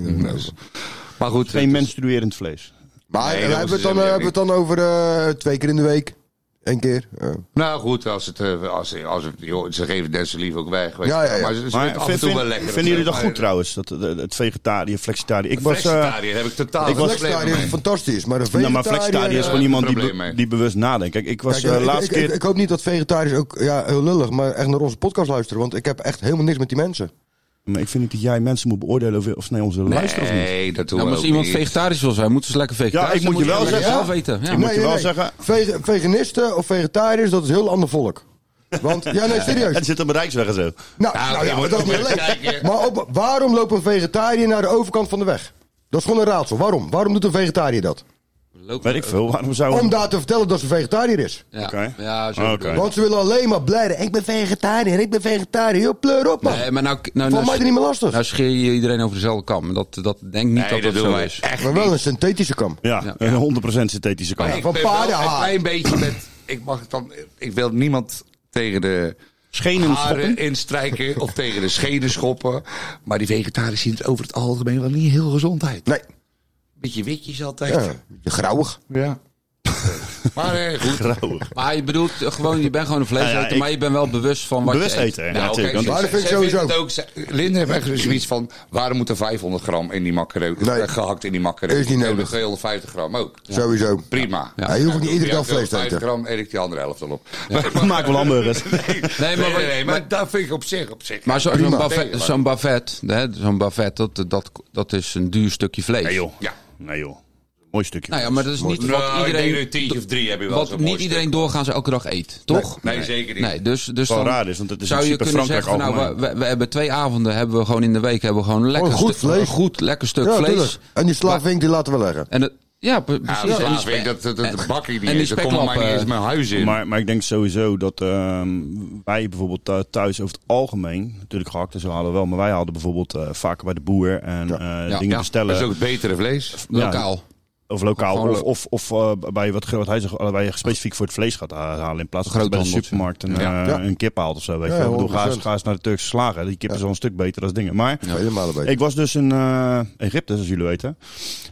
[SPEAKER 5] Maar goed. eh,
[SPEAKER 2] Geen menstruerend vlees.
[SPEAKER 4] Maar
[SPEAKER 5] Nee,
[SPEAKER 4] hebben
[SPEAKER 5] dat
[SPEAKER 4] we het
[SPEAKER 5] is
[SPEAKER 4] dan, eh,
[SPEAKER 5] helemaal
[SPEAKER 4] hebben we het dan over eh, twee keer in de week? Eén keer? Eh,
[SPEAKER 5] Nou goed, als het, eh, als, het- als het, joh, ze geven des te lief ook weg. weet
[SPEAKER 4] Ja,
[SPEAKER 5] je
[SPEAKER 4] ja,
[SPEAKER 5] wel.
[SPEAKER 4] ja.
[SPEAKER 5] Maar ze, ze
[SPEAKER 2] Maar
[SPEAKER 5] vindt af en
[SPEAKER 2] vind-
[SPEAKER 5] toe wel
[SPEAKER 2] vind-
[SPEAKER 5] lekker.
[SPEAKER 2] vinden jullie dat
[SPEAKER 5] Maar
[SPEAKER 2] goed trouwens? Dat, eh, het vegetariër, flexitariër. Ik was... eh,
[SPEAKER 5] Flexitariër heb ik totaal
[SPEAKER 2] ik
[SPEAKER 5] ik
[SPEAKER 2] was-
[SPEAKER 5] was
[SPEAKER 4] Flexitariër is fantastisch, maar een
[SPEAKER 2] Nou, maar
[SPEAKER 4] vegetariër...
[SPEAKER 2] flexitariër is
[SPEAKER 4] eh,
[SPEAKER 2] gewoon iemand die,
[SPEAKER 5] probleem
[SPEAKER 2] be-
[SPEAKER 5] mee.
[SPEAKER 2] die bewust nadenkt. Kijk, ik was
[SPEAKER 4] Kijk,
[SPEAKER 2] eh,
[SPEAKER 4] ik-
[SPEAKER 2] laatste
[SPEAKER 4] ik, ik,
[SPEAKER 2] keer...
[SPEAKER 4] ik hoop niet dat vegetariërs ook, ja, heel lullig, maar echt naar onze podcast luisteren. Want ik heb echt helemaal niks met die mensen.
[SPEAKER 2] Maar ik vind niet dat jij mensen moet beoordelen of, of ze naar ons willen luisteren of niet.
[SPEAKER 5] Nee, dat doen
[SPEAKER 7] Nou,
[SPEAKER 5] we
[SPEAKER 7] maar als
[SPEAKER 5] ook
[SPEAKER 7] iemand
[SPEAKER 5] niet.
[SPEAKER 7] vegetarisch wil zijn, moeten ze lekker vegetarisch
[SPEAKER 2] Ja, ik
[SPEAKER 7] zijn.
[SPEAKER 2] moet je
[SPEAKER 7] Dan
[SPEAKER 2] wel
[SPEAKER 7] moet
[SPEAKER 2] zeggen,
[SPEAKER 7] zelf weten. Ja.
[SPEAKER 2] Ik moet je wel zeggen-
[SPEAKER 4] Vege- veganisten of vegetariërs, dat is heel ander volk. Want, ja
[SPEAKER 2] *laughs*
[SPEAKER 4] nee, serieus.
[SPEAKER 2] Het zit op een Rijksweg en zo.
[SPEAKER 4] Nou,
[SPEAKER 5] Nou,
[SPEAKER 4] nou
[SPEAKER 5] je
[SPEAKER 4] ja, maar
[SPEAKER 5] moet
[SPEAKER 4] dat is
[SPEAKER 5] ook
[SPEAKER 4] mijn
[SPEAKER 5] even
[SPEAKER 4] leven.
[SPEAKER 5] kijken.
[SPEAKER 4] Maar op, waarom loopt een vegetariër naar de overkant van de weg? Dat is gewoon een raadsel. Waarom? Waarom doet een vegetariër dat?
[SPEAKER 2] Weet ik veel, waarom zou...
[SPEAKER 4] Om daar te vertellen dat ze vegetariër is.
[SPEAKER 7] Ja,
[SPEAKER 2] Oké.
[SPEAKER 7] ja zo
[SPEAKER 2] Oké.
[SPEAKER 7] bedoel ik.
[SPEAKER 4] Want ze willen alleen maar blijden. Ik ben vegetariër, ik ben vegetariër. Joh, pleur op man.
[SPEAKER 7] Nee, maar nou, nou,
[SPEAKER 4] Valt
[SPEAKER 7] nou,
[SPEAKER 4] mij er niet meer lastig.
[SPEAKER 7] nou scheer je iedereen over dezelfde kam. Dat, dat denk niet
[SPEAKER 5] Nee,
[SPEAKER 7] dat dat,
[SPEAKER 5] dat doen
[SPEAKER 7] zo
[SPEAKER 5] wij
[SPEAKER 7] is.
[SPEAKER 5] echt
[SPEAKER 4] maar wel een synthetische kam.
[SPEAKER 2] Ja,
[SPEAKER 7] Ja.
[SPEAKER 2] een 100% synthetische
[SPEAKER 5] Maar
[SPEAKER 2] kant.
[SPEAKER 5] ik
[SPEAKER 4] van
[SPEAKER 2] *laughs*
[SPEAKER 5] ben wel
[SPEAKER 4] paardenhaar.
[SPEAKER 5] Een klein beetje met. Ik mag het dan. Ik wil niemand tegen de
[SPEAKER 2] Schenen schoppen.
[SPEAKER 5] haren instrijken of tegen de schenen schoppen. Maar die vegetariërs zien het over het algemeen wel niet heel gezond uit.
[SPEAKER 4] Nee,
[SPEAKER 5] Beetje witjes altijd.
[SPEAKER 4] ja,
[SPEAKER 5] Ja.
[SPEAKER 4] grauwig.
[SPEAKER 5] Maar eh, goed.
[SPEAKER 2] Grauwig.
[SPEAKER 7] Maar je bedoelt eh, gewoon, je bent gewoon een vleeseter,
[SPEAKER 2] Ja, ja, ik-
[SPEAKER 7] maar je bent wel bewust van wat
[SPEAKER 2] Bewust
[SPEAKER 7] je eet.
[SPEAKER 2] eten, ja,
[SPEAKER 5] Nou,
[SPEAKER 2] natuurlijk.
[SPEAKER 5] kijk,
[SPEAKER 2] want-
[SPEAKER 4] Maar dat
[SPEAKER 5] ze-
[SPEAKER 4] vind ik
[SPEAKER 5] ze
[SPEAKER 4] sowieso.
[SPEAKER 5] vindt het ook, ze- Linde heeft echt zoiets van, waarom moet er 500 gram in die macaroni,
[SPEAKER 4] Nee.
[SPEAKER 5] eh, gehakt in die macaroni?
[SPEAKER 4] Is niet
[SPEAKER 5] En
[SPEAKER 4] nodig.
[SPEAKER 5] 250 gram ook.
[SPEAKER 4] Sowieso.
[SPEAKER 5] Prima.
[SPEAKER 4] Ja, je hoeft niet iedere
[SPEAKER 5] Ja,
[SPEAKER 4] dag vlees te eten.
[SPEAKER 5] 250 gram eet ik die andere helft al op.
[SPEAKER 2] *laughs* We maken wel hamburgers.
[SPEAKER 7] Nee, maar,
[SPEAKER 5] *laughs* Nee, nee, nee, maar,
[SPEAKER 7] maar,
[SPEAKER 5] dat vind ik op zich, op zich.
[SPEAKER 7] maar zo- zo'n
[SPEAKER 4] Prima.
[SPEAKER 7] buffet, zo'n buffet, hè, zo'n buffet dat, dat, dat is een duur stukje vlees.
[SPEAKER 2] Nee joh.
[SPEAKER 5] Ja.
[SPEAKER 2] Nee joh. Mooi stukje.
[SPEAKER 7] Nou ja, maar dat is niet
[SPEAKER 5] Nou,
[SPEAKER 7] wat
[SPEAKER 5] ik denk
[SPEAKER 7] iedereen,
[SPEAKER 5] een tientje of drie heb je wel
[SPEAKER 7] wat
[SPEAKER 5] zo'n
[SPEAKER 7] niet
[SPEAKER 5] mooi stuk.
[SPEAKER 7] iedereen doorgaans elke dag eet, toch?
[SPEAKER 5] Nee, zeker niet.
[SPEAKER 7] Nee, dus, dus
[SPEAKER 2] Wel
[SPEAKER 7] dan
[SPEAKER 2] raar is, want het is in
[SPEAKER 7] zou je
[SPEAKER 2] principe
[SPEAKER 7] kunnen
[SPEAKER 2] Frankrijk
[SPEAKER 7] zeggen, van, nou,
[SPEAKER 2] algemeen.
[SPEAKER 7] we, we- we hebben twee avonden, hebben we gewoon in de week, hebben we gewoon een lekker,
[SPEAKER 4] Gewoon Oh, goed
[SPEAKER 7] stu-
[SPEAKER 4] vlees.
[SPEAKER 7] een goed lekker stuk
[SPEAKER 4] Ja,
[SPEAKER 7] vlees.
[SPEAKER 4] tuurlijk. En die slaafwink die laten we leggen.
[SPEAKER 7] En het, ja, pre- precies.
[SPEAKER 5] Ja,
[SPEAKER 7] en die
[SPEAKER 5] dat,
[SPEAKER 7] spe-
[SPEAKER 5] ik, dat, dat, dat bak ik niet
[SPEAKER 7] en die
[SPEAKER 5] eens. Dat komt mij niet
[SPEAKER 7] speklappen.
[SPEAKER 5] eens mijn huis in.
[SPEAKER 2] Maar, maar ik denk sowieso dat ehm, wij bijvoorbeeld eh, thuis over het algemeen, natuurlijk gehakt en zo halen we wel, maar wij hadden bijvoorbeeld eh, vaker bij de boer en eh,
[SPEAKER 7] Ja,
[SPEAKER 2] dingen
[SPEAKER 7] ja.
[SPEAKER 2] bestellen.
[SPEAKER 5] Dat is ook het betere vlees.
[SPEAKER 2] Ja,
[SPEAKER 7] lokaal.
[SPEAKER 2] Of lokaal.
[SPEAKER 7] Gewoon
[SPEAKER 2] Of,
[SPEAKER 7] lo-
[SPEAKER 2] of, of eh, bij wat, ge- wat hij zegt, waar je specifiek voor het vlees gaat ha- halen. In plaats van dat je bij de
[SPEAKER 7] Groothandels,
[SPEAKER 2] supermarkt een,
[SPEAKER 7] ja.
[SPEAKER 2] eh,
[SPEAKER 4] Ja.
[SPEAKER 2] een kip haalt of zo. Weet
[SPEAKER 4] Ja,
[SPEAKER 2] je. wel. Ik bedoel, ga, eens,
[SPEAKER 4] 100%.
[SPEAKER 2] ga eens naar de Turkse slager. Die kip is al een stuk beter dan dingen. Maar
[SPEAKER 4] Vele malen beter.
[SPEAKER 2] ik was dus in eh, Egypte, zoals jullie weten.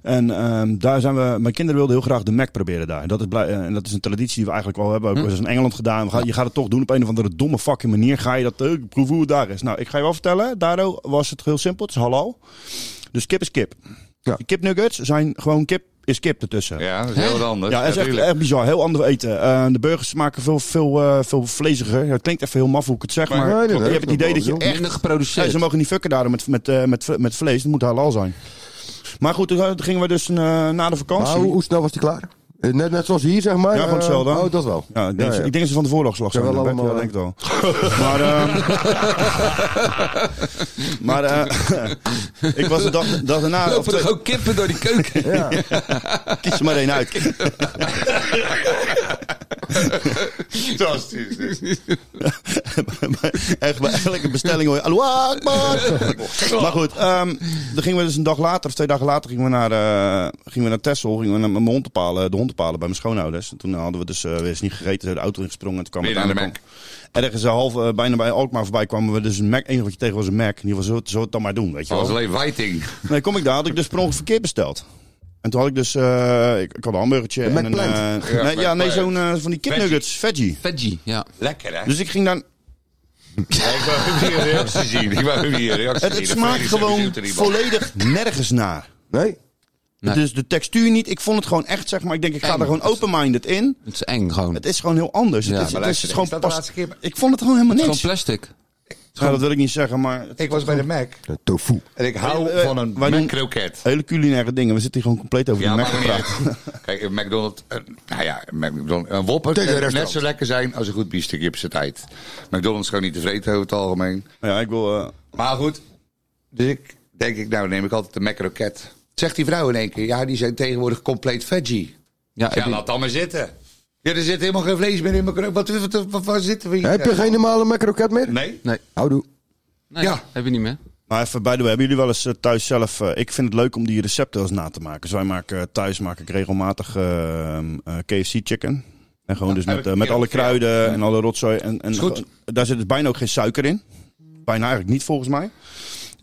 [SPEAKER 2] En ehm, daar zijn we. Mijn kinderen wilden heel graag de Mac proberen daar. En dat is, blij- eh, en dat is een traditie die we eigenlijk wel hebben.
[SPEAKER 7] Hm.
[SPEAKER 2] Ook eens in Engeland gedaan. We gaan, Je gaat het toch doen op een of andere domme fucking manier. Ga je dat eh, proeven hoe het daar is. Nou, ik ga je wel vertellen. Daardoor was het heel simpel. Het is halal. Dus kip is kip.
[SPEAKER 4] Ja.
[SPEAKER 2] Die kipnuggets zijn gewoon kip is kip ertussen.
[SPEAKER 5] Ja, dat is heel wat anders.
[SPEAKER 2] Ja, dat is echt,
[SPEAKER 5] tuurlijk.
[SPEAKER 2] echt bizar. Heel ander eten. Eh, de burgers smaken veel, veel, eh, veel vleesiger. Het klinkt even heel maf hoe ik het zeg, maar,
[SPEAKER 4] nee, nee, nee,
[SPEAKER 2] je
[SPEAKER 4] dat
[SPEAKER 2] hebt het
[SPEAKER 4] is
[SPEAKER 2] idee
[SPEAKER 4] wel
[SPEAKER 2] dat je
[SPEAKER 4] zo.
[SPEAKER 2] echt...
[SPEAKER 7] Minder
[SPEAKER 2] Ja,
[SPEAKER 7] geproduceerd.
[SPEAKER 2] ze mogen niet fucken daar met, met, eh, met, met vlees. Het moet halal zijn. Maar goed, toen gingen we dus eh, na de
[SPEAKER 4] Maar
[SPEAKER 2] vakantie.
[SPEAKER 4] hoe, hoe snel was die klaar? Eh, Net, net zoals hier, zeg maar.
[SPEAKER 2] Ja, gewoon
[SPEAKER 4] eh,
[SPEAKER 2] hetzelfde.
[SPEAKER 4] Oh, dat wel.
[SPEAKER 2] Ja, ik, denk,
[SPEAKER 4] Ja, ja.
[SPEAKER 2] ik denk dat ze van de voorlogslag zijn.
[SPEAKER 4] Zijn wel
[SPEAKER 2] Bert. Ja,
[SPEAKER 4] allemaal,
[SPEAKER 2] denk ik wel. *laughs* maar
[SPEAKER 4] *laughs*
[SPEAKER 2] eh, maar eh, *laughs* ik was de dag, dag daarna... Of
[SPEAKER 7] Lopen er
[SPEAKER 2] twee,
[SPEAKER 7] ook kippen door die
[SPEAKER 2] *laughs*
[SPEAKER 7] keuken?
[SPEAKER 4] Ja.
[SPEAKER 2] kies er maar één uit.
[SPEAKER 7] eh,
[SPEAKER 5] Fantastisch.
[SPEAKER 4] *laughs*
[SPEAKER 2] Bij- echt bij elke bestelling hoor je... "Allahu Akbar." maar goed, ehm, dan gingen we dus een dag later of twee dagen later gingen we naar, eh gingen we naar Texel. Gingen we naar mijn hond te palen, de hond te palen bij mijn schoonouders. En toen hadden we dus eh, weer eens niet gegeten, zijn we de auto ingesprongen. En toen kwam
[SPEAKER 5] Weer naar de
[SPEAKER 2] uiteindelijk al- Ergens half, eh, bijna bij Alkmaar voorbij kwamen we dus een Mac. Het enige wat je tegen was een Mac. In ieder geval, zo, zo het dan maar doen, weet je
[SPEAKER 5] Oh, Dat was
[SPEAKER 2] wel.
[SPEAKER 5] alleen whiting.
[SPEAKER 2] Nee, kom ik daar, had ik dus per ongeluk verkeerd besteld. En toen had ik dus, eh, ik, ik had een hamburgertje en een...
[SPEAKER 4] McPlant.
[SPEAKER 2] eh,
[SPEAKER 5] Ja,
[SPEAKER 2] nee, ja, nee,
[SPEAKER 5] McPlant.
[SPEAKER 2] zo'n eh, van die kipnuggets, veggie.
[SPEAKER 7] Veggie, ja.
[SPEAKER 5] Lekker, hè?
[SPEAKER 2] Dus ik ging dan
[SPEAKER 5] ik wou even je reactie zien. Ik wou even je reactie
[SPEAKER 2] Het,
[SPEAKER 5] zien.
[SPEAKER 2] het smaakt
[SPEAKER 5] Ik ben
[SPEAKER 2] gewoon
[SPEAKER 5] benieuwd naar die man. *laughs*
[SPEAKER 2] volledig nergens naar.
[SPEAKER 4] Nee?
[SPEAKER 7] Nee.
[SPEAKER 2] Dus de textuur niet. Ik vond het gewoon echt, zeg maar. Ik denk, ik ga
[SPEAKER 7] Eng.
[SPEAKER 2] er gewoon open-minded in.
[SPEAKER 7] Het is eng gewoon.
[SPEAKER 2] Het is gewoon heel anders.
[SPEAKER 7] Ja,
[SPEAKER 2] het is,
[SPEAKER 7] maar
[SPEAKER 2] het is
[SPEAKER 5] luister,
[SPEAKER 2] gewoon
[SPEAKER 5] is dat de
[SPEAKER 2] pas-
[SPEAKER 5] laatste keer?
[SPEAKER 2] Ik vond het gewoon helemaal
[SPEAKER 7] Gewoon
[SPEAKER 2] niks.
[SPEAKER 7] plastic.
[SPEAKER 2] Nou, dat wil ik niet zeggen, maar het-
[SPEAKER 5] Ik was bij de Mac.
[SPEAKER 4] Eh, Tofu.
[SPEAKER 5] En ik hou
[SPEAKER 2] Eh, eh,
[SPEAKER 5] van een
[SPEAKER 2] wij doen-
[SPEAKER 5] Mac-kroket.
[SPEAKER 2] hele culinaire dingen. We zitten hier gewoon compleet over
[SPEAKER 5] Ja,
[SPEAKER 2] de
[SPEAKER 5] maar
[SPEAKER 2] Mac gepraat.
[SPEAKER 5] Kijk, een McDonald's. eh, nou ja, een McDonald's, een Whopper
[SPEAKER 4] Tegen een
[SPEAKER 5] kan net
[SPEAKER 4] restaurant.
[SPEAKER 5] zo lekker zijn als een goed biefstukje op zijn tijd. McDonald's gewoon niet tevreden over het algemeen.
[SPEAKER 2] Ja, ik wil... eh,
[SPEAKER 5] Maar goed, dus ik denk ik, nou neem ik altijd de Mac-kroket. Zegt die vrouw in één keer, ja, die zijn tegenwoordig compleet veggie.
[SPEAKER 7] Ja,
[SPEAKER 5] Ja, laat dan maar zitten. Ja, er zit helemaal geen vlees meer in mijn kroket. Wat, wat, wat, wat- waar zitten we hier?
[SPEAKER 4] Heb je geen normale macroket meer?
[SPEAKER 5] Nee?
[SPEAKER 7] nee,
[SPEAKER 4] Houdoe.
[SPEAKER 7] nee,
[SPEAKER 5] Ja.
[SPEAKER 7] heb je niet meer.
[SPEAKER 2] Maar even, by the way, hebben jullie wel eens eh, thuis zelf... eh, ik vind het leuk om die recepten eens na te maken. Dus wij maken eh, thuis maak ik regelmatig eh, eh, KFC chicken. En gewoon dus
[SPEAKER 5] heb
[SPEAKER 2] met,
[SPEAKER 5] ik
[SPEAKER 2] eh, met
[SPEAKER 5] hier
[SPEAKER 2] alle
[SPEAKER 5] ook, ja.
[SPEAKER 2] kruiden en alle rotzooi. En, en
[SPEAKER 5] Is goed.
[SPEAKER 2] daar zit dus bijna ook geen suiker in. Bijna eigenlijk niet, volgens mij.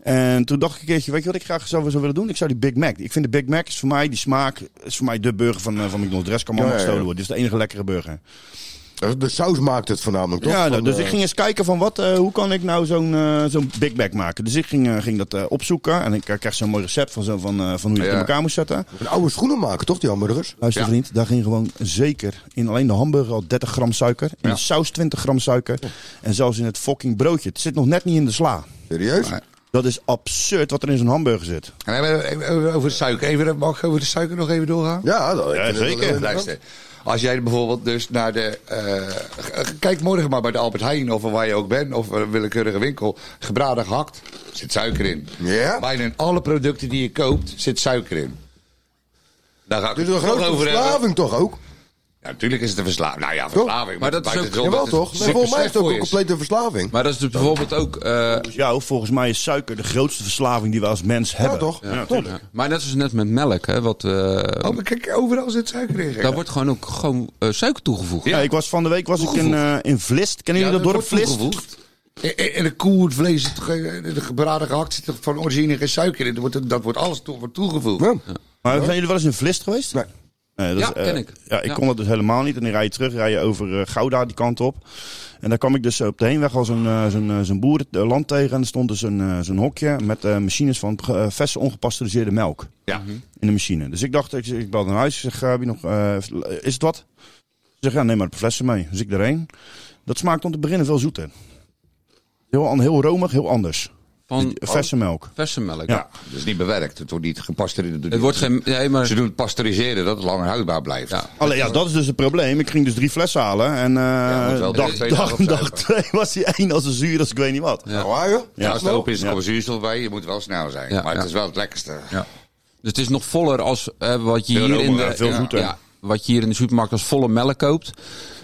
[SPEAKER 2] En toen dacht ik een keertje, weet je wat ik graag zou, zou willen doen? Ik zou die Big Mac. Ik vind de Big Mac is voor mij, die smaak, is voor mij de burger van, eh, van McDonald's. De rest kan me allemaal
[SPEAKER 4] Ja, ja,
[SPEAKER 2] gestolen
[SPEAKER 4] ja.
[SPEAKER 2] worden. Dit is de enige lekkere burger.
[SPEAKER 4] De saus maakt het voornamelijk, toch?
[SPEAKER 2] Ja, nou,
[SPEAKER 4] Van,
[SPEAKER 2] dus
[SPEAKER 4] eh,
[SPEAKER 2] ik ging eens kijken van wat, eh, hoe kan ik nou zo'n eh, zo'n Big Mac maken. Dus ik ging, eh, ging dat eh, opzoeken en ik eh, kreeg zo'n mooi recept van, zo, van, eh, van hoe je het
[SPEAKER 5] Ja.
[SPEAKER 2] in elkaar moest zetten.
[SPEAKER 4] Een oude schoenen maken, toch, die hamburgers?
[SPEAKER 2] Luister
[SPEAKER 5] Ja.
[SPEAKER 2] vriend, daar ging gewoon zeker in alleen de hamburger al 30 gram suiker. In
[SPEAKER 5] Ja.
[SPEAKER 2] de saus 20 gram suiker. En zelfs in het fucking broodje. Het zit nog net niet in de sla.
[SPEAKER 4] Serieus?
[SPEAKER 5] Maar-
[SPEAKER 2] Dat is absurd wat er in zo'n hamburger zit.
[SPEAKER 5] En hebben we- hebben we over de suiker. Even, mag ik over de suiker nog even doorgaan?
[SPEAKER 4] Ja, dat, ik
[SPEAKER 2] Ja,
[SPEAKER 4] vind het wel
[SPEAKER 2] zeker.
[SPEAKER 4] heel
[SPEAKER 5] Eh,
[SPEAKER 4] interessant.
[SPEAKER 5] Luister. Als jij bijvoorbeeld dus naar de... eh, g- g- kijk morgen maar bij de Albert Heijn of waar je ook bent. Of een willekeurige winkel. Gebraden gehakt. Zit suiker in.
[SPEAKER 4] Ja?
[SPEAKER 5] Bijna in alle producten die je koopt zit suiker in. Daar ga ik
[SPEAKER 4] Dit
[SPEAKER 5] het
[SPEAKER 4] is een
[SPEAKER 5] nog
[SPEAKER 4] grote
[SPEAKER 5] over eh, hebben.
[SPEAKER 4] verslaving toch ook?
[SPEAKER 5] Ja, natuurlijk is het een verslaving. Nou ja, verslaving.
[SPEAKER 7] Maar dat
[SPEAKER 5] het
[SPEAKER 7] is
[SPEAKER 5] maakt het
[SPEAKER 7] ook-
[SPEAKER 5] wel
[SPEAKER 4] Jawel
[SPEAKER 5] dat het
[SPEAKER 4] toch? Nee,
[SPEAKER 5] super
[SPEAKER 4] volgens mij is
[SPEAKER 5] slecht
[SPEAKER 4] het ook
[SPEAKER 5] voor
[SPEAKER 4] een
[SPEAKER 5] je is.
[SPEAKER 4] complete verslaving.
[SPEAKER 7] Maar dat is dus bijvoorbeeld ook... eh,
[SPEAKER 2] Dus jou, volgens mij is suiker de grootste verslaving die we als mens
[SPEAKER 4] Ja,
[SPEAKER 2] hebben.
[SPEAKER 4] toch? Ja, toch?
[SPEAKER 7] ja. Maar net zoals net met melk, hè, wat, eh,
[SPEAKER 5] Oh, maar kijk, overal zit suiker in.
[SPEAKER 7] daar wordt gewoon ook gewoon, eh, suiker toegevoegd.
[SPEAKER 2] Ja, ik was van de week was ik in, eh, in Vlist. Kennen jullie dat dorp Vlist?
[SPEAKER 5] En- En en de koe, het vlees, het ge- de gebraden gehakt zit er van origine geen suiker in. Dat wordt, dat wordt alles toe, wordt toegevoegd.
[SPEAKER 4] Ja.
[SPEAKER 2] Maar zijn jullie wel eens in Vlist geweest?
[SPEAKER 4] Nee.
[SPEAKER 2] Nee, dat
[SPEAKER 7] Ja,
[SPEAKER 2] is, eh,
[SPEAKER 7] ken ik.
[SPEAKER 2] Ja, ik
[SPEAKER 7] Ja.
[SPEAKER 2] kon dat dus helemaal niet. En dan rij je terug, rij je over eh, Gouda die kant op. En daar kwam ik dus op de heenweg al zo'n eh, zo'n eh, zo'n boerenland tegen. En er stond dus een, eh, zo'n hokje met eh, machines van ge- eh, verse ongepasteuriseerde melk.
[SPEAKER 5] Ja.
[SPEAKER 7] Mhm.
[SPEAKER 2] In de machine. Dus ik dacht, ik, ik belde naar huis. Ik zeg, eh, heb je nog, eh, is het wat? Ze zegt, ja, neem maar de flessen mee. Dus ik daarheen. Dat smaakt om te beginnen veel zoeter. Heel, an- heel romig, heel anders.
[SPEAKER 7] Van
[SPEAKER 2] Verse melk.
[SPEAKER 7] verse melk.
[SPEAKER 2] Ja.
[SPEAKER 5] Dat is niet bewerkt. Het wordt niet gepasteuriseerd.
[SPEAKER 7] Het wordt geen... Nee, maar,
[SPEAKER 5] Ze doen het pasteuriseren, dat het langer houdbaar blijft.
[SPEAKER 7] Ja.
[SPEAKER 2] Alleen ja, dat is dus het probleem. Ik ging dus drie flessen halen. En eh,
[SPEAKER 5] moet wel
[SPEAKER 2] dag,
[SPEAKER 5] drie, twee
[SPEAKER 2] dag,
[SPEAKER 5] dagen
[SPEAKER 2] dag
[SPEAKER 5] opzuipen.
[SPEAKER 2] twee was die één als een zuur als ik weet niet wat.
[SPEAKER 7] Ja.
[SPEAKER 4] Nou, waar, joh?
[SPEAKER 5] Ja, als erop is, er
[SPEAKER 2] Ja.
[SPEAKER 5] gewoon zuurstof bij. Je moet wel snel zijn.
[SPEAKER 7] Ja,
[SPEAKER 5] maar het
[SPEAKER 7] ja.
[SPEAKER 5] is wel het lekkerste.
[SPEAKER 7] Dus het is nog voller als eh, wat je
[SPEAKER 5] Veel
[SPEAKER 7] hier in
[SPEAKER 5] romer,
[SPEAKER 7] de...
[SPEAKER 5] ja, veel
[SPEAKER 7] ja,
[SPEAKER 2] zoeter.
[SPEAKER 7] ja, wat je hier in de supermarkt als volle melk koopt.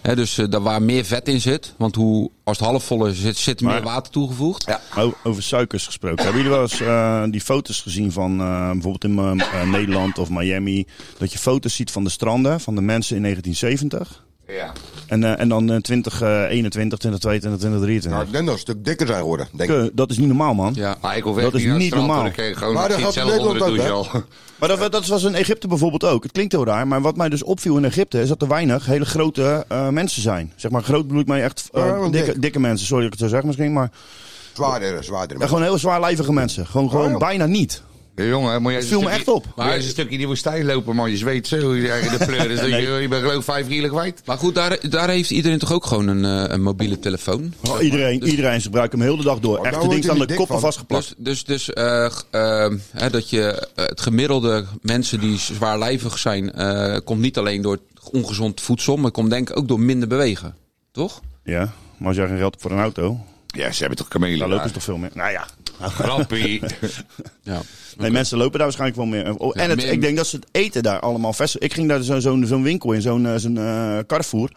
[SPEAKER 7] Hè, dus eh, daar waar meer vet in zit. Want hoe, als het half vol is, zit, zit er meer
[SPEAKER 2] Maar-
[SPEAKER 7] water toegevoegd.
[SPEAKER 2] Maar o- Over suikers gesproken. Hebben jullie wel eens eh, die foto's gezien van eh, bijvoorbeeld in eh, eh, Nederland of Miami? Dat je foto's ziet van de stranden, van de mensen in 1970.
[SPEAKER 5] Ja.
[SPEAKER 2] En, eh, en dan eh, 2021, 2022, 2023.
[SPEAKER 4] Nou, ik denk dat ze een stuk dikker zijn geworden, denk ik.
[SPEAKER 2] Ke- Dat is niet normaal, man.
[SPEAKER 7] Ja.
[SPEAKER 5] Maar ik hoef
[SPEAKER 2] Dat
[SPEAKER 5] echt
[SPEAKER 2] is
[SPEAKER 5] niet naar het
[SPEAKER 2] niet
[SPEAKER 5] strand,
[SPEAKER 2] normaal.
[SPEAKER 5] hoor. Ik kreeg gewoon
[SPEAKER 4] Maar
[SPEAKER 5] ik
[SPEAKER 4] dat
[SPEAKER 5] zit
[SPEAKER 4] had
[SPEAKER 5] zelf onder de douche
[SPEAKER 4] Nederland
[SPEAKER 5] al.
[SPEAKER 2] Maar dat, dat was in Egypte bijvoorbeeld ook. Het klinkt heel raar, maar wat mij dus opviel in Egypte is dat er weinig hele grote eh, mensen zijn. Zeg maar groot bedoel ik mij echt eh,
[SPEAKER 4] Ja, wel
[SPEAKER 2] dikke,
[SPEAKER 4] dik.
[SPEAKER 2] dikke mensen, sorry dat ik het zo zeg misschien. Maar
[SPEAKER 4] Zwaardere, zwaardere.
[SPEAKER 2] eh,
[SPEAKER 4] mensen.
[SPEAKER 2] gewoon heel zwaarlijvige mensen. Gewoon, gewoon
[SPEAKER 4] Ja, joh.
[SPEAKER 2] bijna niet.
[SPEAKER 5] Ja, jongen, moet je
[SPEAKER 2] viel me echt op.
[SPEAKER 5] Maar eens een stukje in die woestijn lopen, man. Je zweet zo. Je eigen
[SPEAKER 2] *laughs*
[SPEAKER 5] de pleur is. dat je, je bent geloof ik vijf kilo kwijt.
[SPEAKER 7] Maar goed, daar, daar heeft iedereen toch ook gewoon een, eh, een mobiele telefoon.
[SPEAKER 2] Oh, iedereen, iedereen, ze gebruiken hem heel de dag door.
[SPEAKER 4] daar
[SPEAKER 2] Echt, het
[SPEAKER 4] word
[SPEAKER 2] ding
[SPEAKER 4] je
[SPEAKER 2] aan
[SPEAKER 4] niet
[SPEAKER 2] de
[SPEAKER 4] dik
[SPEAKER 2] koppen
[SPEAKER 4] van.
[SPEAKER 2] vastgeplakt.
[SPEAKER 7] Dus, dus, dus eh, g- eh, hè, dat je eh, het gemiddelde mensen die zwaarlijvig zijn, eh, komt niet alleen door ongezond voedsel, maar komt denk ik ook door minder bewegen. Toch?
[SPEAKER 2] Ja, maar als jij geen geld hebt voor een auto,
[SPEAKER 5] Ja, ze hebben toch kamelen.
[SPEAKER 2] dan lopen ze toch veel meer. Nou ja,
[SPEAKER 5] Grappie.
[SPEAKER 2] *laughs*
[SPEAKER 7] Ja.
[SPEAKER 2] nee, mensen lopen daar waarschijnlijk wel meer. Oh, En
[SPEAKER 7] Ja,
[SPEAKER 2] het,
[SPEAKER 7] meer-
[SPEAKER 2] ik denk dat ze het eten daar allemaal vast. Ik ging daar zo- zo'n zo'n winkel in, zo'n eh, zo'n eh, Carrefour.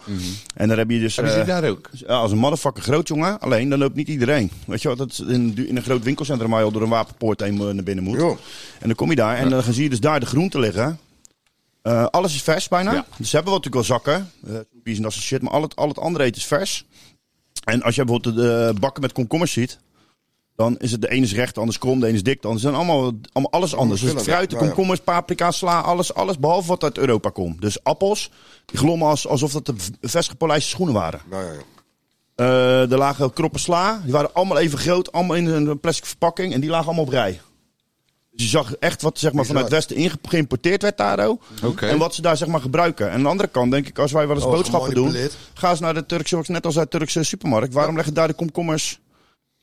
[SPEAKER 2] En daar heb je dus...
[SPEAKER 5] Hebben ze
[SPEAKER 2] eh,
[SPEAKER 5] daar ook?
[SPEAKER 2] Ja, als een motherfucker groot, jongen. Alleen, dan loopt niet iedereen. Weet je wat, dat is in, du- in een groot winkelcentrum waar je al door een wapenpoort heen eh, naar binnen moet.
[SPEAKER 4] Joh.
[SPEAKER 2] En dan kom je daar en dan zie je dus daar de groenten liggen. Eh, alles is vers bijna.
[SPEAKER 5] Ja.
[SPEAKER 2] Dus ze hebben wel natuurlijk wel zakken. eh, snoepjes en dat soort shit. Maar al het, al het andere eten is vers. En als je bijvoorbeeld de eh, bakken met komkommers ziet... Dan is het de ene is recht, de ander is krom, de ene is dik. De ander zijn allemaal, allemaal alles anders. Dus het fruit, de
[SPEAKER 4] Ja, ja.
[SPEAKER 2] komkommers, paprika, sla, alles, alles. Behalve wat uit Europa komt. Dus appels, die glommen als, alsof dat de v- vers gepolijste schoenen waren.
[SPEAKER 4] Nou ja, ja.
[SPEAKER 2] Eh, er lagen kroppen sla. Die waren allemaal even groot, allemaal in een plastic verpakking. En die lagen allemaal op rij. Dus je zag echt wat zeg maar, vanuit het Westen inge- geïmporteerd werd daar. ook.
[SPEAKER 5] Oké.
[SPEAKER 2] En wat ze daar zeg maar, gebruiken. En aan de andere kant denk ik, als wij wel eens
[SPEAKER 4] Oh,
[SPEAKER 2] boodschappen doen...
[SPEAKER 4] gemanipuleerd.
[SPEAKER 2] Ga eens naar de Turkse, net als uit de Turkse supermarkt. Waarom leggen daar de komkommers...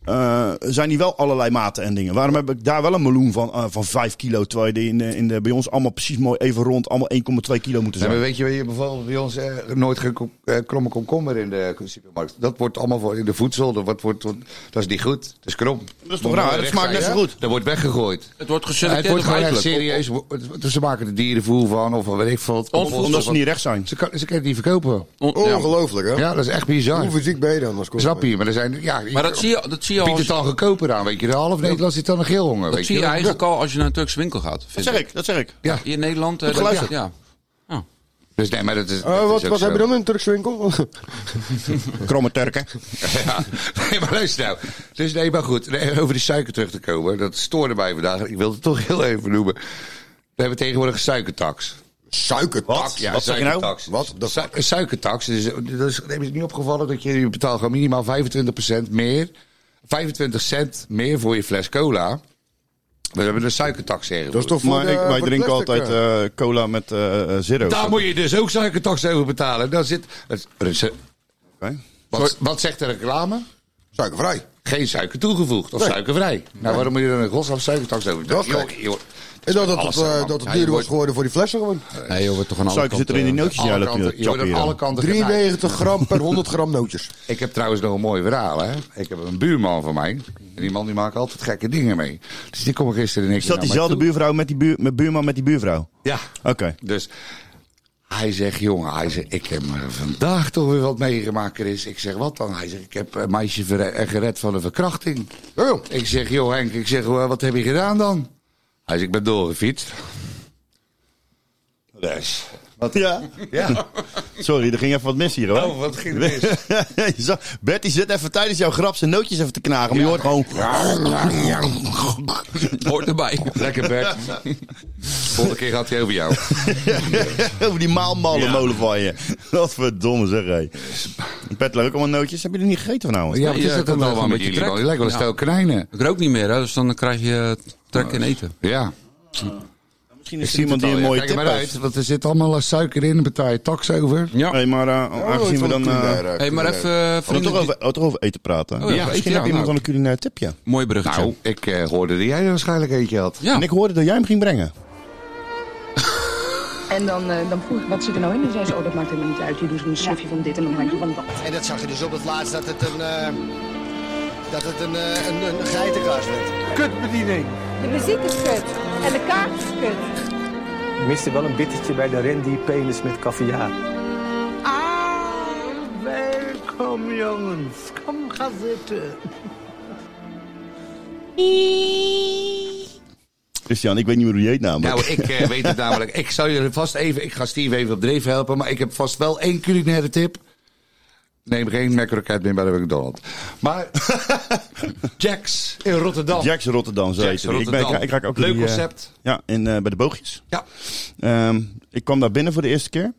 [SPEAKER 2] eh, zijn die wel allerlei maten en dingen? Waarom heb ik daar wel een meloen van, eh, van 5 kilo? Terwijl je die in de, in de, bij ons allemaal precies mooi even rond, allemaal 1,2 kilo moeten
[SPEAKER 5] Ja,
[SPEAKER 2] zijn.
[SPEAKER 5] maar weet je, waar je bijvoorbeeld bij ons eh, nooit geen kom- eh, kromme komkommer in de supermarkt. Dat wordt allemaal voor in de voedsel. Dat, wordt, wordt, wordt- dat is niet goed. Dat is krom.
[SPEAKER 2] Dat is toch raar? Dat smaakt net zo goed.
[SPEAKER 5] Dat wordt weggegooid.
[SPEAKER 7] Het wordt
[SPEAKER 5] Ja, het
[SPEAKER 7] geselecteerd
[SPEAKER 5] wordt
[SPEAKER 7] op
[SPEAKER 5] gewoon echt
[SPEAKER 7] uiterlijk.
[SPEAKER 5] serieus. Dus ze maken er dierenvoer van of weet ik veel. wat.
[SPEAKER 2] Omdat ze niet recht zijn.
[SPEAKER 5] Ze, kan, ze kunnen het niet verkopen.
[SPEAKER 7] On- ja.
[SPEAKER 4] Ongelooflijk, hè?
[SPEAKER 5] Ja, dat is echt bizar.
[SPEAKER 4] Hoe fysiek ben je dan als
[SPEAKER 5] Snap je? Maar, er zijn, ja,
[SPEAKER 7] Maar dat zie je, dat zie je, al
[SPEAKER 5] Biedt
[SPEAKER 7] als,
[SPEAKER 5] het dan goedkoper aan, weet je. De half Nederland zit dan een geelhonger,
[SPEAKER 7] dat
[SPEAKER 5] weet
[SPEAKER 7] zie je
[SPEAKER 5] wel.
[SPEAKER 7] eigenlijk al als je naar een Turkse winkel gaat.
[SPEAKER 2] Dat
[SPEAKER 7] Vind
[SPEAKER 2] zeg ik, dat zeg ik.
[SPEAKER 5] Ja.
[SPEAKER 7] Hier in Nederland. eh, dat-
[SPEAKER 5] geluisterd.
[SPEAKER 7] ja. Ja.
[SPEAKER 5] Dus nee, maar dat is...
[SPEAKER 4] Eh,
[SPEAKER 5] dat
[SPEAKER 4] wat
[SPEAKER 5] is ook
[SPEAKER 4] wat
[SPEAKER 5] zo.
[SPEAKER 4] heb je dan in een Turkse winkel?
[SPEAKER 2] Kromme Turken.
[SPEAKER 5] *laughs* Ja, nee, maar luister nou. Dus nee, maar goed. Nee, over die suiker terug te komen. Dat stoorde mij vandaag. Ik wilde het toch heel even noemen. We hebben tegenwoordig een suikertax.
[SPEAKER 4] Suikertax.
[SPEAKER 5] Ja,
[SPEAKER 2] Wat zeg je nou?
[SPEAKER 5] suikertax.
[SPEAKER 4] Wat de
[SPEAKER 5] Su- een suikertax. Dus, dat is, heb je het niet opgevallen dat je, je betaalt gewoon minimaal 25% meer. 25 cent meer voor je fles cola. We hebben een suikertax ingevoerd.
[SPEAKER 4] Dat is toch voor
[SPEAKER 2] Maar
[SPEAKER 4] de-
[SPEAKER 2] ik,
[SPEAKER 4] voor
[SPEAKER 2] wij
[SPEAKER 4] de
[SPEAKER 2] drinken
[SPEAKER 4] plastic,
[SPEAKER 2] altijd
[SPEAKER 4] eh?
[SPEAKER 2] eh, cola met eh eh, zero.
[SPEAKER 5] Daar moet je dus ook suikertax over betalen. Dan zit, het- het-
[SPEAKER 2] Oké.
[SPEAKER 5] wat, wat zegt de reclame?
[SPEAKER 4] Suikervrij.
[SPEAKER 5] Geen suiker toegevoegd of
[SPEAKER 4] Nee.
[SPEAKER 5] suikervrij. Nou, waarom moet je dan een godsnaam suikertax over
[SPEAKER 4] Dat is
[SPEAKER 5] Joh,
[SPEAKER 4] gek.
[SPEAKER 5] joh.
[SPEAKER 4] En dat het,
[SPEAKER 5] Alles,
[SPEAKER 4] eh,
[SPEAKER 5] man.
[SPEAKER 4] dat het
[SPEAKER 5] Ja, je
[SPEAKER 4] duurder was
[SPEAKER 5] wordt-
[SPEAKER 4] geworden voor die flessen gewoon.
[SPEAKER 7] Nee, joh, wordt toch aan alle
[SPEAKER 2] Suiker zit er in die
[SPEAKER 7] kanten, eh,
[SPEAKER 2] nootjes die
[SPEAKER 5] Alle
[SPEAKER 2] jij loopt
[SPEAKER 5] kanten-
[SPEAKER 2] in
[SPEAKER 5] je wordt aan alle
[SPEAKER 2] hier.
[SPEAKER 5] kanten genaaid.
[SPEAKER 4] 93 gram
[SPEAKER 5] *laughs*
[SPEAKER 4] per 100 gram nootjes.
[SPEAKER 5] Ik heb trouwens nog een mooi verhaal. Hè? Ik heb een buurman van mij. En die man die maakt altijd gekke dingen mee. Dus die kwam gisteren in één
[SPEAKER 2] Is
[SPEAKER 5] keer
[SPEAKER 2] dat
[SPEAKER 5] naar
[SPEAKER 2] diezelfde
[SPEAKER 5] mij toe.
[SPEAKER 2] buurvrouw met die buur, met buurman met die buurvrouw?
[SPEAKER 5] Ja.
[SPEAKER 2] Oké.
[SPEAKER 5] Dus hij zegt, jongen, hij zegt, ik heb eh, vandaag toch weer wat meegemaakt, Chris. Ik zeg, wat dan? Hij zegt, ik heb een meisje verre- eh, gered van een verkrachting.
[SPEAKER 4] Oh.
[SPEAKER 5] Ik zeg, joh Henk, ik zeg, "wa- wat heb je gedaan dan? Hij zegt, ik ben doorgefietst. Dus.
[SPEAKER 2] Ja.
[SPEAKER 5] Ja,
[SPEAKER 2] *laughs* Sorry, er ging even wat mis hier hoor.
[SPEAKER 5] Oh,
[SPEAKER 2] *laughs*
[SPEAKER 5] wat ging er
[SPEAKER 2] Je zag- Bert die zit even tijdens jouw grap zijn nootjes even te knagen. Maar je hoort gewoon...
[SPEAKER 7] Hoort erbij.
[SPEAKER 5] lekker Bert. Volgende keer gaat hij over jou.
[SPEAKER 2] *laughs* over die maalmallen molen van je. *laughs* Wat verdomme zeg hé. Bert, leuk allemaal nootjes. Hebben jullie niet gegeten vanavond?
[SPEAKER 5] Ja, wat is
[SPEAKER 7] Ja,
[SPEAKER 5] dat
[SPEAKER 7] komt
[SPEAKER 5] dan
[SPEAKER 7] wel
[SPEAKER 5] allemaal
[SPEAKER 7] een
[SPEAKER 5] met
[SPEAKER 7] beetje
[SPEAKER 5] jullie? man?
[SPEAKER 7] trek.
[SPEAKER 5] Je lijkt wel een
[SPEAKER 7] Ja.
[SPEAKER 5] stel konijnen.
[SPEAKER 7] *laughs* Ik rook niet meer, hè, dus dan krijg je eh, trek in eten.
[SPEAKER 5] Ja.
[SPEAKER 2] Misschien is er iemand die een
[SPEAKER 5] Ja,
[SPEAKER 2] mooie
[SPEAKER 5] Kijk
[SPEAKER 2] tip
[SPEAKER 5] er maar
[SPEAKER 2] heeft.
[SPEAKER 5] uit, want er zit allemaal eh, suiker in. Dan betaal je tax over.
[SPEAKER 7] Ja.
[SPEAKER 2] Hey, maar eh, aangezien we dan... eh,
[SPEAKER 7] hey, maar even eh,
[SPEAKER 2] we
[SPEAKER 7] vrienden.
[SPEAKER 2] toch over, oh, toch over eten praten.
[SPEAKER 7] ja,
[SPEAKER 2] Misschien
[SPEAKER 7] eten,
[SPEAKER 2] heb
[SPEAKER 7] ja,
[SPEAKER 2] iemand
[SPEAKER 7] nou.
[SPEAKER 2] wel een culinair tipje.
[SPEAKER 7] die- Mooi bruggetje.
[SPEAKER 5] Nou, ik eh, hoorde dat jij er waarschijnlijk eentje had.
[SPEAKER 7] ja.
[SPEAKER 2] En ik hoorde dat jij hem ging brengen.
[SPEAKER 9] En dan, eh, dan vroeg ik, wat zit er nou in? En zei ze, oh, dat maakt helemaal niet uit. Je doet een snufje van dit en een handje van dat.
[SPEAKER 10] En dat zag je dus op het laatst dat het een, eh, dat het een, eh, een, een geitenkaas werd.
[SPEAKER 11] De muziek is kut en de kaart is kut. miste wel een bittertje bij de Randy penis met caviar.
[SPEAKER 12] Ah, welkom jongens. Kom, ga zitten.
[SPEAKER 2] Christian, ik weet niet meer hoe je heet namelijk.
[SPEAKER 5] Nou, ik eh, weet het namelijk. Ik zal jullie vast even... Ik ga Steve even op dreef helpen. Maar ik heb vast wel één culinaire tip. Neem geen McRocket meer bij de McDonald's. *laughs* Maar Jacks in Rotterdam.
[SPEAKER 2] Jacks Rotterdam, zo
[SPEAKER 5] Jacks
[SPEAKER 2] heet het. Ik, ben,
[SPEAKER 5] Rotterdam.
[SPEAKER 2] ik raak ook
[SPEAKER 5] Leuk
[SPEAKER 2] die, eh,
[SPEAKER 5] concept.
[SPEAKER 2] ja, in, eh, bij de boogjes.
[SPEAKER 5] Ja.
[SPEAKER 2] Ehm, ik kwam daar binnen voor de eerste keer.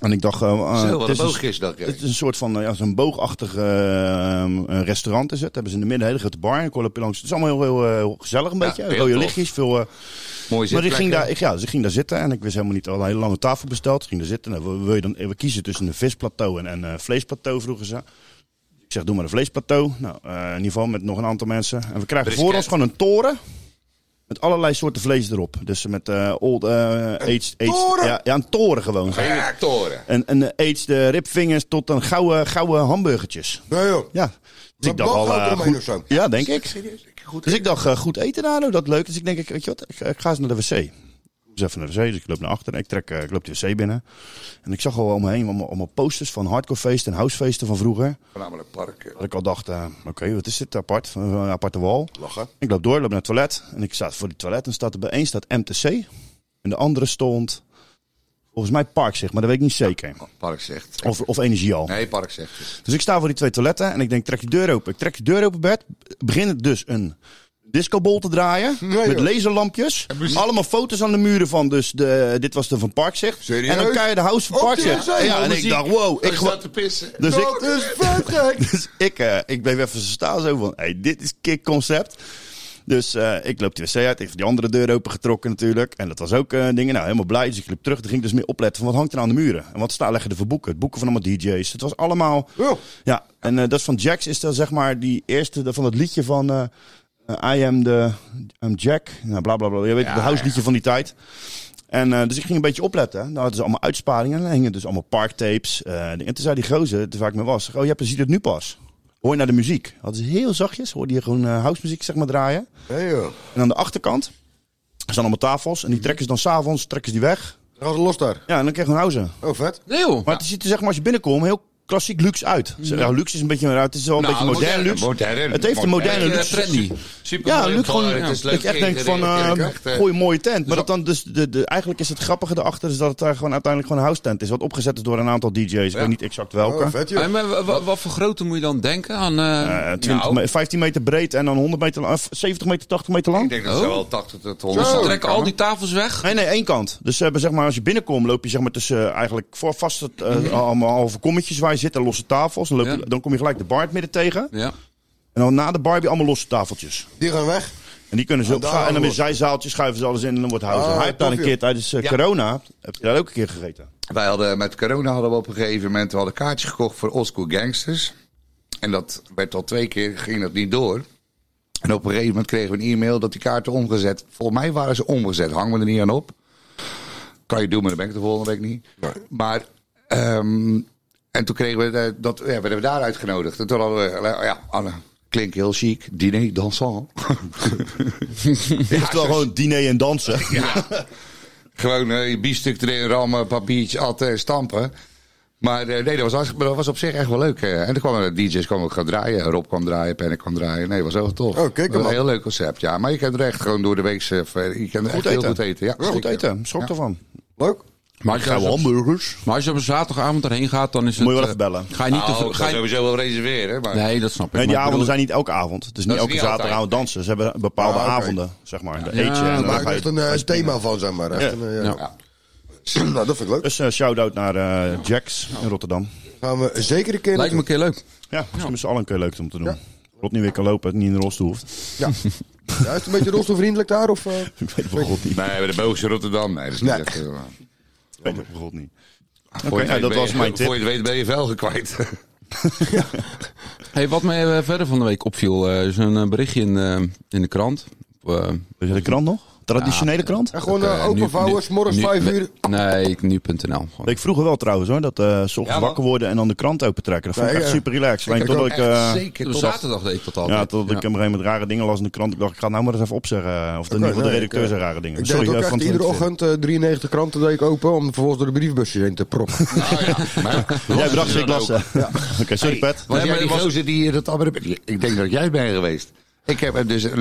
[SPEAKER 2] En ik dacht... eh, eh,
[SPEAKER 5] Zo, wat
[SPEAKER 2] het
[SPEAKER 5] een
[SPEAKER 2] is
[SPEAKER 5] boogjes, dacht ik.
[SPEAKER 2] Het is een soort van eh, ja, zo'n boogachtig eh, eh, restaurant is het. Hebben ze in de midden een hele grote bar. En ik hoor lopen langs. Het is allemaal heel, heel, eh, heel gezellig een
[SPEAKER 5] Ja,
[SPEAKER 2] beetje.
[SPEAKER 5] heel
[SPEAKER 2] Rode
[SPEAKER 5] tof.
[SPEAKER 2] lichtjes, veel... eh,
[SPEAKER 5] Mooi
[SPEAKER 2] maar ik
[SPEAKER 5] zitplekken.
[SPEAKER 2] ging, daar, ik, ja, dus ik ging daar zitten en ik wist helemaal niet al een hele lange tafel besteld. Ik ging daar zitten. Nou, wil je dan even kiezen tussen een visplateau en een eh, vleesplateau, vroegen ze. Ik zeg, doe maar een vleesplateau. Nou, eh, in ieder geval met nog een aantal mensen. En we krijgen
[SPEAKER 5] Brisket.
[SPEAKER 2] voor ons gewoon een toren. Met allerlei soorten vlees erop. Dus met eh, old eh aged, aged-
[SPEAKER 5] toren?
[SPEAKER 2] Ja, ja, een toren gewoon.
[SPEAKER 5] Ja, toren.
[SPEAKER 2] En, en eh, aged eh, ribvingers tot een gouden, gouden hamburgertjes.
[SPEAKER 4] Nee joh.
[SPEAKER 2] Ja. Dus ik dacht
[SPEAKER 4] bal
[SPEAKER 2] al...
[SPEAKER 4] gaat er
[SPEAKER 2] eh,
[SPEAKER 4] omheen
[SPEAKER 2] goed-
[SPEAKER 4] of zo.
[SPEAKER 2] Ja, denk ik.
[SPEAKER 5] Goed
[SPEAKER 2] Dus ik dacht, eh, goed eten daar, nou, dat leuk. Dus ik denk, ik, weet je wat, ik, ik ga eens naar de wc. Dus even naar de wc, dus ik loop naar achteren. Ik, trek, eh, ik loop de wc binnen. En ik zag al om me heen allemaal, allemaal posters van hardcorefeesten en housefeesten van vroeger.
[SPEAKER 5] Voornamelijk parken.
[SPEAKER 2] Dat ik al dacht, eh, oké, wat is dit apart? Van Een aparte wal.
[SPEAKER 5] Lachen.
[SPEAKER 2] Ik loop door, loop naar het toilet. En ik sta voor die toilet en staat er bij één staat MTC. En de andere stond, volgens mij Park zeg, maar dat weet ik niet zeker.
[SPEAKER 5] Park zegt.
[SPEAKER 2] Of, of Energie al.
[SPEAKER 5] Nee, Park zegt. het.
[SPEAKER 2] Dus ik sta voor die twee toiletten en ik denk, trek die deur open. Ik trek die deur open, Bert. Begint dus een discobol te draaien.
[SPEAKER 4] *laughs* Nee,
[SPEAKER 2] met
[SPEAKER 4] joh.
[SPEAKER 2] laserlampjes. Allemaal foto's aan de muren van dus de, dit was de Van Parkzicht.
[SPEAKER 4] Serieus?
[SPEAKER 2] En dan kan je de house van
[SPEAKER 4] Op die
[SPEAKER 2] Parkzicht.
[SPEAKER 4] wc?
[SPEAKER 2] Ja, en ik
[SPEAKER 5] Muziek.
[SPEAKER 2] dacht, wow. Ik,
[SPEAKER 5] Hij
[SPEAKER 2] gel-
[SPEAKER 5] staat te pissen.
[SPEAKER 2] dus
[SPEAKER 4] Dat
[SPEAKER 2] ik,
[SPEAKER 4] is vet gek.
[SPEAKER 2] *laughs* dus ik, eh, ik bleef even staan zo van, hey, dit is kick concept. Dus eh, ik loop de wc uit, ik heb die andere deur opengetrokken natuurlijk. En dat was ook eh, dingen, nou helemaal blij. Dus ik liep terug, toen ging ik dus meer opletten van wat hangt er aan de muren. En wat staan leggen er voor boeken? Het boeken van allemaal DJ's. Het was allemaal...
[SPEAKER 4] Joh.
[SPEAKER 2] Ja, en eh, dat is van Jax is dat zeg maar die eerste van het liedje van eh, eh, I am the I'm Jack. Nou, bla bla bla. Je weet het, de house liedje van die tijd. En eh, dus ik ging een beetje opletten. Nou, hadden ze allemaal uitsparingen. En dan hingen dus allemaal parktapes. eh, dingen. en toen zei die gozer, waar ik mee was, oh, je hebt- je ziet het nu pas. Hoor je naar de muziek. Hadden ze heel zachtjes, hoorde je gewoon eh, house muziek zeg maar draaien.
[SPEAKER 4] Nee joh.
[SPEAKER 2] En aan de achterkant staan allemaal tafels. En die trekken ze dan s'avonds, trekken ze die weg.
[SPEAKER 4] Gaan ze los daar.
[SPEAKER 2] Mhm. Ja, en dan krijg je gewoon house.
[SPEAKER 4] Oh vet.
[SPEAKER 7] Nee joh.
[SPEAKER 2] Maar het ziet er zeg maar als je binnenkomt heel klassiek luxe uit. Ja, luxe is een beetje eruit. Het is wel een
[SPEAKER 5] Nou,
[SPEAKER 2] beetje modern
[SPEAKER 5] modern,
[SPEAKER 2] luxe.
[SPEAKER 5] modern.
[SPEAKER 2] het heeft een moderne
[SPEAKER 7] Eh,
[SPEAKER 5] Modern,
[SPEAKER 2] luxe.
[SPEAKER 7] trendy.
[SPEAKER 5] Super
[SPEAKER 2] Ja,
[SPEAKER 5] mooi
[SPEAKER 2] luxe gewoon.
[SPEAKER 5] opgehangen. Het is leuk
[SPEAKER 2] dat je echt denkt van,
[SPEAKER 5] ingericht.
[SPEAKER 2] eh,
[SPEAKER 5] Ik echt, eh,
[SPEAKER 2] gooi een mooie tent. Maar dat dan dus de, de, eigenlijk is het grappige erachter is dat het daar gewoon uiteindelijk gewoon een house tent is. Wat opgezet is door een aantal DJ's. Ik weet niet exact welke.
[SPEAKER 4] Oh vet
[SPEAKER 7] Hey,
[SPEAKER 4] joh.
[SPEAKER 7] maar wa- wa- wat voor grootte moet je dan denken aan... eh,
[SPEAKER 2] Eh, 20 me- 15 meter breed en dan 100 meter lang. of 70 meter, 80 meter lang.
[SPEAKER 5] Ik denk dat ze
[SPEAKER 7] Oh.
[SPEAKER 5] wel 80 tot
[SPEAKER 7] dus
[SPEAKER 5] 100
[SPEAKER 7] ze
[SPEAKER 5] aan
[SPEAKER 7] trekken al
[SPEAKER 5] kan,
[SPEAKER 7] die tafels weg.
[SPEAKER 2] Nee, nee, één kant. Dus ze hebben, zeg maar, als je binnenkomt, loop je zeg maar, tussen eh, eigenlijk voor vast het, eh,
[SPEAKER 5] Mhm.
[SPEAKER 2] allemaal halve kommetjes waar je zit en losse tafels. Dan, loop je-
[SPEAKER 7] Ja.
[SPEAKER 2] dan kom je gelijk de bar in het midden tegen.
[SPEAKER 7] Ja.
[SPEAKER 2] En dan na de bar heb je allemaal losse tafeltjes.
[SPEAKER 4] Die gaan weg.
[SPEAKER 2] En die kunnen ze
[SPEAKER 4] Ah,
[SPEAKER 2] op
[SPEAKER 4] daar
[SPEAKER 2] En dan
[SPEAKER 4] ook.
[SPEAKER 2] weer zijzaaltjes schuiven ze alles in en dan wordt houden.
[SPEAKER 4] Ah,
[SPEAKER 2] Hij heeft daar een
[SPEAKER 4] tof,
[SPEAKER 2] keer
[SPEAKER 4] joh.
[SPEAKER 2] tijdens eh,
[SPEAKER 5] Ja.
[SPEAKER 2] corona, heb je daar ook een keer gegeten.
[SPEAKER 5] hè? Wij hadden met corona hadden we op een gegeven moment we hadden een kaartje gekocht voor oldschool gangsters. En dat werd al twee keer, ging dat niet door. En op een gegeven moment kregen we een e-mail dat die kaarten omgezet. Volgens mij waren ze omgezet, hang me er niet aan op. Kan je doen, maar dan ben ik de volgende week niet. Maar, ehm, en toen kregen we eh, dat, ja, werden we daar uitgenodigd. En toen hadden we, eh, ja, Anne, klinkt heel chic, diner dansant.
[SPEAKER 2] Het is wel gewoon diner en dansen.
[SPEAKER 5] Gewoon eh, je biefstuk erin rammen, papiertje atten en stampen. Maar eh, nee, dat was, hartstikke- maar dat was op zich echt wel leuk. eh. En toen kwamen de DJ's kwamen ook gaan draaien. eh, Rob kwam draaien, Penne kwam draaien. Nee, dat was heel tof.
[SPEAKER 4] Oh, kijk
[SPEAKER 5] dat was
[SPEAKER 4] hem
[SPEAKER 5] een heel leuk concept, ja. Maar je kan er echt gewoon door de week... eh, ver- Je kan er echt heel
[SPEAKER 2] eten.
[SPEAKER 5] goed eten. Ja,
[SPEAKER 2] Goed
[SPEAKER 5] zeker.
[SPEAKER 2] eten, schrok ervan.
[SPEAKER 4] Leuk.
[SPEAKER 7] Maar als, je, als,
[SPEAKER 2] hamburgers.
[SPEAKER 7] maar als je op een zaterdagavond daarheen gaat, dan is het...
[SPEAKER 2] Moet je wel
[SPEAKER 7] eh,
[SPEAKER 2] even bellen.
[SPEAKER 7] Ga je niet te
[SPEAKER 5] Nou,
[SPEAKER 7] veel...
[SPEAKER 5] ik
[SPEAKER 7] ga
[SPEAKER 5] ga
[SPEAKER 7] je-
[SPEAKER 5] sowieso wel reserveren. Maar
[SPEAKER 7] Nee, dat snap ik.
[SPEAKER 2] Nee, die
[SPEAKER 7] maar ik
[SPEAKER 2] avonden
[SPEAKER 7] bedoel-
[SPEAKER 2] zijn niet elke avond. Het is niet
[SPEAKER 5] is
[SPEAKER 2] elke
[SPEAKER 5] niet
[SPEAKER 2] zaterdagavond
[SPEAKER 5] altijd.
[SPEAKER 2] dansen. Ze hebben bepaalde
[SPEAKER 4] Ah, oké.
[SPEAKER 2] avonden, zeg maar. De
[SPEAKER 7] Ja,
[SPEAKER 2] eetje en dan
[SPEAKER 4] Maar
[SPEAKER 2] ga
[SPEAKER 4] er
[SPEAKER 2] je-
[SPEAKER 4] is een eh, thema van, zeg maar. Echt
[SPEAKER 2] Ja.
[SPEAKER 4] een, eh,
[SPEAKER 7] Ja.
[SPEAKER 4] Nou, dat vind ik leuk.
[SPEAKER 2] Dus eh, shout-out naar eh Jax in Rotterdam.
[SPEAKER 4] gaan we zeker een keer
[SPEAKER 7] Lijkt me een keer leuk.
[SPEAKER 2] Ja, dat is met z'n allen een keer leuk om te doen. Rot niet weer kan lopen, niet in de rolstoel *laughs* hoeft.
[SPEAKER 4] Ja. ja, is het een beetje rolstoelvriendelijk daar? Of, eh?
[SPEAKER 2] Ik weet het bij God niet.
[SPEAKER 5] Nee, bij de Belgische Rotterdam. Nee, dat is niet
[SPEAKER 4] Nee.
[SPEAKER 5] echt... eh,
[SPEAKER 2] Ik weet het bij God niet. Oké,
[SPEAKER 5] voor je het
[SPEAKER 2] nou, dat
[SPEAKER 5] weet
[SPEAKER 2] was
[SPEAKER 5] ben je-
[SPEAKER 2] mijn
[SPEAKER 5] Voor
[SPEAKER 2] tip.
[SPEAKER 5] je het weet ben je vuil gekwijt.
[SPEAKER 7] Hey, wat mij eh, verder van de week opviel, eh, is een eh, berichtje in, eh, in de krant. Op, eh,
[SPEAKER 2] Is er de krant nog? Traditionele krant?
[SPEAKER 4] En gewoon eh, openvouwen, s'morgens 5 uur.
[SPEAKER 7] Nee, nu.nl. gewoon.
[SPEAKER 2] Ik vroeger wel trouwens hoor, dat eh, s ochtends
[SPEAKER 7] Ja, man.
[SPEAKER 2] wakker worden en dan de krant open trekken. Dat vond ik
[SPEAKER 7] Nee,
[SPEAKER 2] echt
[SPEAKER 7] ja.
[SPEAKER 2] super relaxed.
[SPEAKER 7] Ik
[SPEAKER 2] Alleen
[SPEAKER 7] heb het
[SPEAKER 2] totdat
[SPEAKER 7] ook
[SPEAKER 2] ik, eh,
[SPEAKER 7] echt zeker. Op zaterdag deed ik dat altijd.
[SPEAKER 2] Ja, totdat
[SPEAKER 7] Ja.
[SPEAKER 2] ik hem op een gegeven moment rare dingen las in de krant. Ik dacht, ik ga het nou maar eens even opzeggen. Of in ieder geval de
[SPEAKER 4] nee,
[SPEAKER 2] redacteur
[SPEAKER 4] ik,
[SPEAKER 2] zei
[SPEAKER 4] eh,
[SPEAKER 2] rare dingen.
[SPEAKER 4] Ik
[SPEAKER 2] Sorry,
[SPEAKER 4] deed ook
[SPEAKER 2] eh,
[SPEAKER 4] echt
[SPEAKER 2] van
[SPEAKER 4] iedere
[SPEAKER 2] 20.
[SPEAKER 4] ochtend eh, 93 kranten deed ik open om vervolgens door de briefbusjes heen te proppen.
[SPEAKER 2] Ah,
[SPEAKER 5] *laughs*
[SPEAKER 2] Jij bracht ze, ik las ze.
[SPEAKER 4] Ja.
[SPEAKER 2] *laughs* Oké, sorry Pet.
[SPEAKER 5] Was jij die gozer die eh, dat abonnement... Ik denk dat jij bent geweest. Ik heb hem dus *laughs* eh,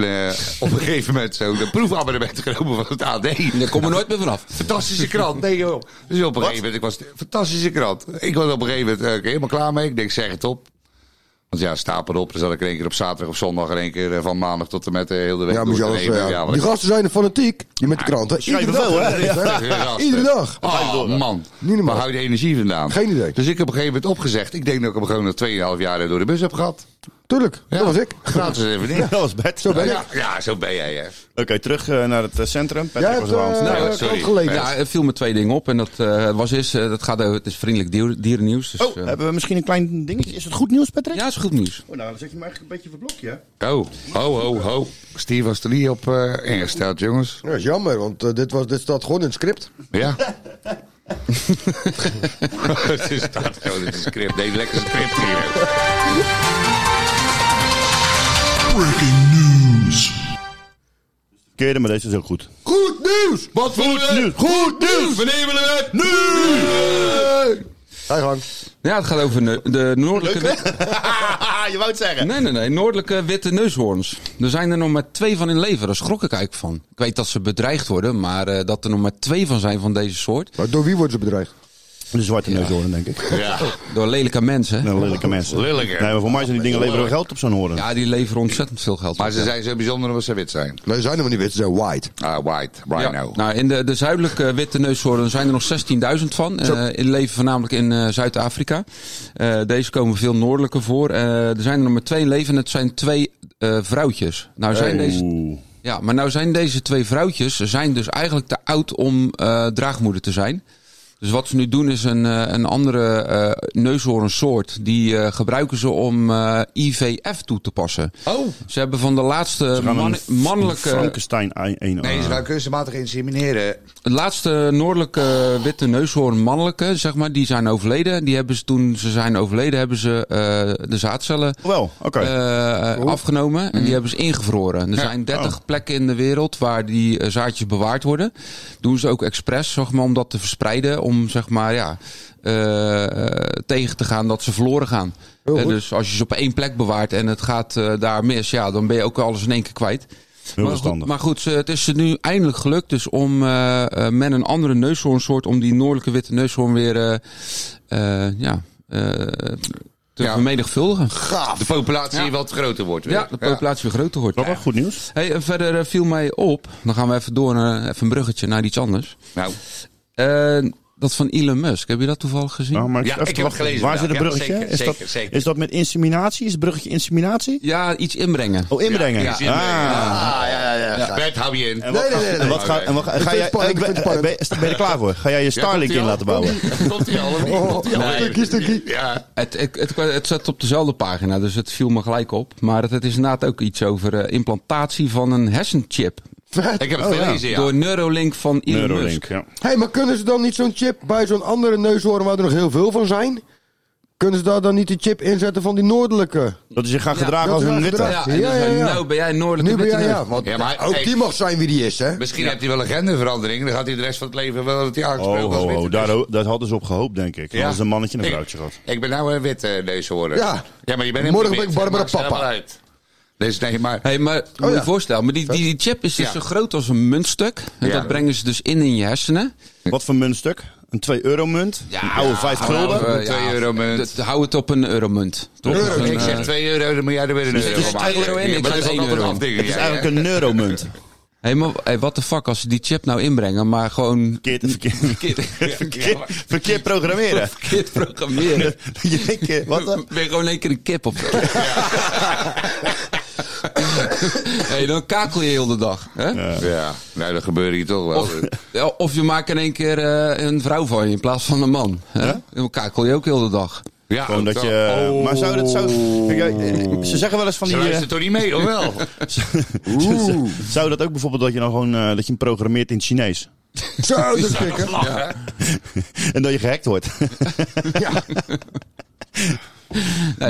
[SPEAKER 5] op een gegeven moment zo de proefabonnement genomen van het AD. Daar
[SPEAKER 7] kom je nooit meer vanaf.
[SPEAKER 5] Fantastische krant. Nee joh. Dus op een gegeven moment, ik was... Fantastische krant. Ik was op een gegeven moment eh, helemaal klaar mee. Ik denk, zeg het op. Want ja, stapel op. Dan zat ik in één keer op zaterdag of zondag in één keer eh, van maandag tot en met eh, heel de week.
[SPEAKER 4] Ja, maar
[SPEAKER 5] door te
[SPEAKER 4] zelfs,
[SPEAKER 5] nemen.
[SPEAKER 4] ja.
[SPEAKER 5] Ja, maar
[SPEAKER 4] die
[SPEAKER 5] dat-
[SPEAKER 4] gasten zijn er fanatiek. Die met de kranten. Iedere dag.
[SPEAKER 5] Ja, *laughs*
[SPEAKER 4] hè? Iedere dag.
[SPEAKER 5] Oh, man. Waar hou je de energie vandaan? Geen idee. Dus ik heb op een gegeven moment opgezegd. Ik denk dat ik hem gewoon nog 2,5 jaar door de bus heb gehad.
[SPEAKER 4] Tuurlijk,
[SPEAKER 5] dat was ik. Gratis even *laughs*
[SPEAKER 2] Ja,
[SPEAKER 5] niet.
[SPEAKER 2] *laughs* dat was Pet.
[SPEAKER 5] ja, Ja, zo ben jij. Hè.
[SPEAKER 2] Oké, terug eh, naar het eh, centrum. Patrick was wel aan
[SPEAKER 4] eh,
[SPEAKER 2] het vertellen.
[SPEAKER 7] Ja, er viel me twee dingen op. En dat eh, was eerst, eh, dat gaat over, het is vriendelijk dier- dierennieuws. Dus,
[SPEAKER 2] Oh, hebben we misschien een klein dingetje? Is het goed nieuws, Patrick?
[SPEAKER 7] Ja, is goed nieuws.
[SPEAKER 2] Oh, nou, dan zet je me eigenlijk een beetje voor blokje.
[SPEAKER 5] Oh, ho, ho, ho. Steve was er niet op eh, ingesteld, jongens.
[SPEAKER 4] Ja, is jammer, want eh, dit, was, dit staat gewoon in het script.
[SPEAKER 5] Ja. *laughs* het is dat gewoon in het script. Nee, lekker script hier.
[SPEAKER 2] Breaking news. Keerde, maar deze is ook goed.
[SPEAKER 4] Goed nieuws!
[SPEAKER 5] Wat voor goed nieuws!
[SPEAKER 2] Goed nieuws!
[SPEAKER 5] We nemen het nu!
[SPEAKER 4] Ga gang.
[SPEAKER 7] Ja, het gaat over ne- de noordelijke... wit-
[SPEAKER 2] je wou het zeggen.
[SPEAKER 7] Nee, nee, nee. Noordelijke witte neushoorns. Er zijn er nog maar twee van in leven. Daar schrok ik eigenlijk van. Ik weet dat ze bedreigd worden, maar eh, dat er nog maar twee van zijn van deze soort.
[SPEAKER 4] Maar door wie worden ze bedreigd?
[SPEAKER 2] De zwarte neushoorn, denk ik.
[SPEAKER 5] Ja.
[SPEAKER 7] Door lelijke mensen.
[SPEAKER 2] Nou, lelijke mensen.
[SPEAKER 5] Lelijke.
[SPEAKER 2] Nee, maar voor mij zijn die dingen leveren wel
[SPEAKER 5] Lelijk.
[SPEAKER 2] geld op zo'n horen.
[SPEAKER 7] Ja, die leveren ontzettend veel geld.
[SPEAKER 5] Maar ze
[SPEAKER 7] Ja.
[SPEAKER 5] zijn zo bijzonder omdat ze wit zijn.
[SPEAKER 4] Nee, ze zijn helemaal niet wit, ze zijn white.
[SPEAKER 5] Ah, white.
[SPEAKER 7] Ja.
[SPEAKER 5] Rhino.
[SPEAKER 7] Nou, in de, de zuidelijke witte neushoorn zijn er nog 16.000 van. Eh, in leven voornamelijk in eh, Zuid-Afrika. Eh, deze komen veel noordelijker voor. Eh, er zijn er nog maar twee in leven en het zijn twee eh, vrouwtjes. Nou zijn
[SPEAKER 2] Hey.
[SPEAKER 7] deze, ja, maar nou zijn deze twee vrouwtjes zijn dus eigenlijk te oud om eh, draagmoeder te zijn. Dus wat ze nu doen is een, eh, een andere eh neushoornsoort. Die eh, gebruiken ze om eh, IVF toe te passen.
[SPEAKER 5] Oh.
[SPEAKER 7] Ze hebben van de laatste
[SPEAKER 2] Gaan we
[SPEAKER 7] man-
[SPEAKER 2] een
[SPEAKER 7] mannelijke...
[SPEAKER 2] Frankenstein ei- een
[SPEAKER 5] Nee, ze
[SPEAKER 2] eh,
[SPEAKER 5] gaan kunstmatig insemineren.
[SPEAKER 7] Het laatste noordelijke witte neushoorn mannelijke, zeg maar, die zijn overleden. Die hebben ze toen ze zijn overleden, hebben ze eh, de zaadcellen
[SPEAKER 2] Oh, Wel, oké.
[SPEAKER 7] eh, eh, afgenomen en die hebben ze ingevroren. Er
[SPEAKER 5] Ja.
[SPEAKER 7] zijn 30 plekken in de wereld waar die eh, zaadjes bewaard worden. Doen ze ook expres, zeg maar, om dat te verspreiden, om zeg maar, ja, eh, eh, tegen te gaan dat ze verloren gaan.
[SPEAKER 4] Heel
[SPEAKER 7] Eh,
[SPEAKER 4] goed.
[SPEAKER 7] dus als je ze op één plek bewaart en het gaat eh, daar mis, ja, dan ben je ook alles in één keer kwijt.
[SPEAKER 2] Heel
[SPEAKER 7] Maar goed,
[SPEAKER 2] verstandig.
[SPEAKER 7] maar goed, ze- het is ze nu eindelijk gelukt dus om eh, eh, met een andere neushoornsoort, om die noordelijke witte neushoorn weer eh, eh, ja, eh, te
[SPEAKER 5] Ja.
[SPEAKER 7] vermenigvuldigen.
[SPEAKER 5] Ah. De populatie
[SPEAKER 7] Ja.
[SPEAKER 5] wat groter wordt.
[SPEAKER 7] Ja, de populatie weer groter wordt.
[SPEAKER 2] Grappig, goed nieuws.
[SPEAKER 7] Hey, en verder eh, viel mij op, dan gaan we even door, naar eh, even een bruggetje naar iets anders.
[SPEAKER 5] Nou,
[SPEAKER 7] Eh, dat van Elon Musk, heb je dat toevallig gezien?
[SPEAKER 2] Nou, maar
[SPEAKER 5] Ja,
[SPEAKER 2] even
[SPEAKER 5] ik heb het
[SPEAKER 2] wachten.
[SPEAKER 5] gelezen
[SPEAKER 2] Waar zit het
[SPEAKER 5] inderdaad. Ja,
[SPEAKER 2] bruggetje?
[SPEAKER 5] zeker,
[SPEAKER 2] is, dat,
[SPEAKER 5] zeker, zeker.
[SPEAKER 2] is dat met inseminatie? Is het bruggetje inseminatie?
[SPEAKER 7] Ja, iets inbrengen.
[SPEAKER 2] Oh, inbrengen.
[SPEAKER 5] Ja, iets inbrengen.
[SPEAKER 2] Ah.
[SPEAKER 4] Ah, ja, ja, ja.
[SPEAKER 5] ja. Bert, hou je in.
[SPEAKER 2] En wat
[SPEAKER 4] Nee, nee, nee,
[SPEAKER 2] ga-
[SPEAKER 4] nee,
[SPEAKER 2] en wat
[SPEAKER 5] nee.
[SPEAKER 2] ga- en wat ga-
[SPEAKER 4] Ik vind
[SPEAKER 2] ga
[SPEAKER 4] het
[SPEAKER 2] jij-
[SPEAKER 4] spannend,
[SPEAKER 2] ik
[SPEAKER 4] ik
[SPEAKER 2] Ben
[SPEAKER 4] vind het
[SPEAKER 2] ben- ben je er klaar voor? Ga jij je
[SPEAKER 5] Ja,
[SPEAKER 2] Starlink
[SPEAKER 5] komt-ie
[SPEAKER 2] in
[SPEAKER 5] al?
[SPEAKER 2] laten bouwen? Oh,
[SPEAKER 5] Komt-ie al? of niet? Komt-ie al?
[SPEAKER 4] Nee. Stukkie, stukkie.
[SPEAKER 5] Ja.
[SPEAKER 7] Het, het, het, het zat op dezelfde pagina, dus het viel me gelijk op. Maar het, het is inderdaad ook iets over eh, implantatie van een hersenchip.
[SPEAKER 5] Ik heb het
[SPEAKER 2] Oh,
[SPEAKER 5] gelezen, ja.
[SPEAKER 7] Door Neuralink van Elon Musk.
[SPEAKER 2] Neurolink, ja.
[SPEAKER 4] Hé, maar kunnen ze dan niet zo'n chip bij zo'n andere neushoorn waar er nog heel veel van zijn? Kunnen ze daar dan niet die chip inzetten van die noordelijke?
[SPEAKER 2] Dat is je gaat gedragen
[SPEAKER 4] dat
[SPEAKER 2] als
[SPEAKER 4] is
[SPEAKER 2] een
[SPEAKER 4] wel
[SPEAKER 2] witte.
[SPEAKER 7] Ja,
[SPEAKER 4] gedragen.
[SPEAKER 7] en dan
[SPEAKER 4] Ja, ja,
[SPEAKER 7] zei,
[SPEAKER 4] ja.
[SPEAKER 7] nou ben jij een noordelijke
[SPEAKER 4] Nu ben jij,
[SPEAKER 7] witte
[SPEAKER 4] ja.
[SPEAKER 7] neus.
[SPEAKER 4] Want
[SPEAKER 5] Ja, maar-
[SPEAKER 4] ook
[SPEAKER 5] hey.
[SPEAKER 4] die mag zijn wie die is, hè?
[SPEAKER 5] Misschien heeft hij wel een genderverandering. Dan gaat hij de rest van het leven wel dat hij
[SPEAKER 2] Oh,
[SPEAKER 5] aangesproken
[SPEAKER 2] oh,
[SPEAKER 5] als
[SPEAKER 2] oh,
[SPEAKER 5] wit.
[SPEAKER 2] daar, daar hadden ze op gehoopt, denk ik.
[SPEAKER 5] Ja.
[SPEAKER 2] Als een mannetje en een
[SPEAKER 5] Ik-
[SPEAKER 2] vrouwtje gehad.
[SPEAKER 5] Ik ben nou een wit eh, neushoorn.
[SPEAKER 4] Ja.
[SPEAKER 5] ja, maar je bent
[SPEAKER 4] Morgen
[SPEAKER 5] helemaal
[SPEAKER 4] ben ik
[SPEAKER 5] wit.
[SPEAKER 4] Barbara
[SPEAKER 5] Maakt ze
[SPEAKER 4] Papa.
[SPEAKER 5] helemaal uit. Dus nee, maar...
[SPEAKER 7] Hey, maar moet je
[SPEAKER 4] Oh, ja.
[SPEAKER 7] je voorstellen, maar die, die, die chip is dus
[SPEAKER 5] Ja.
[SPEAKER 7] zo groot als een muntstuk. En
[SPEAKER 5] Ja.
[SPEAKER 7] dat brengen ze dus in in je hersenen.
[SPEAKER 2] *laughs* Wat voor muntstuk? Een 2 euro munt? een oude 5 gulden?
[SPEAKER 7] Of, eh,
[SPEAKER 5] Een twee euro munt.
[SPEAKER 7] dat- Hou het op een euromunt. Toch?
[SPEAKER 5] Euro.
[SPEAKER 7] Een,
[SPEAKER 5] Ik zeg
[SPEAKER 7] eh,
[SPEAKER 5] 2 euro, dan moet jij er weer een euro
[SPEAKER 7] is
[SPEAKER 5] van
[SPEAKER 7] €1
[SPEAKER 5] maken.
[SPEAKER 7] in,
[SPEAKER 5] Ja,
[SPEAKER 7] ik
[SPEAKER 5] Maar
[SPEAKER 7] zou
[SPEAKER 5] dat is
[SPEAKER 7] €1
[SPEAKER 5] altijd een
[SPEAKER 7] euro in.
[SPEAKER 5] afdingen.
[SPEAKER 2] Het is eigenlijk een neuromunt.
[SPEAKER 7] hey, maar hey, wat de fuck als ze die chip nou inbrengen, maar gewoon
[SPEAKER 5] *laughs*
[SPEAKER 4] *laughs*
[SPEAKER 2] Verkeerd, verkeerd, verkeerd, verkeerd, verkeerd programmeren.
[SPEAKER 7] verkeerd programmeren.
[SPEAKER 2] *laughs* Je denkt, eh, wat dan?
[SPEAKER 7] Ben je gewoon een keer een
[SPEAKER 5] *laughs*
[SPEAKER 7] kip op. hey, dan kakel je heel de dag. Hè?
[SPEAKER 5] Ja, nou, dat gebeurt hier toch wel.
[SPEAKER 7] Of, ja, of je maakt in één keer eh, een vrouw van je in plaats van een man. Hè? Dan kakel je ook heel de dag.
[SPEAKER 2] Ja, Gewoon dat je... eh,
[SPEAKER 5] Oh.
[SPEAKER 2] Maar zou dat zo... Kijk, eh, Ze zeggen wel eens van
[SPEAKER 5] Ze
[SPEAKER 2] die... eh, *laughs*
[SPEAKER 5] luistert toch niet mee, of wel?
[SPEAKER 2] Oeh. Zou dat ook bijvoorbeeld dat je nou gewoon eh, dat je hem programmeert in
[SPEAKER 4] *laughs*
[SPEAKER 2] het Chinees?
[SPEAKER 4] Zo, dat is kikker.
[SPEAKER 5] Lachen.
[SPEAKER 2] en dat je gehackt wordt. *laughs* Eh,
[SPEAKER 7] Nee,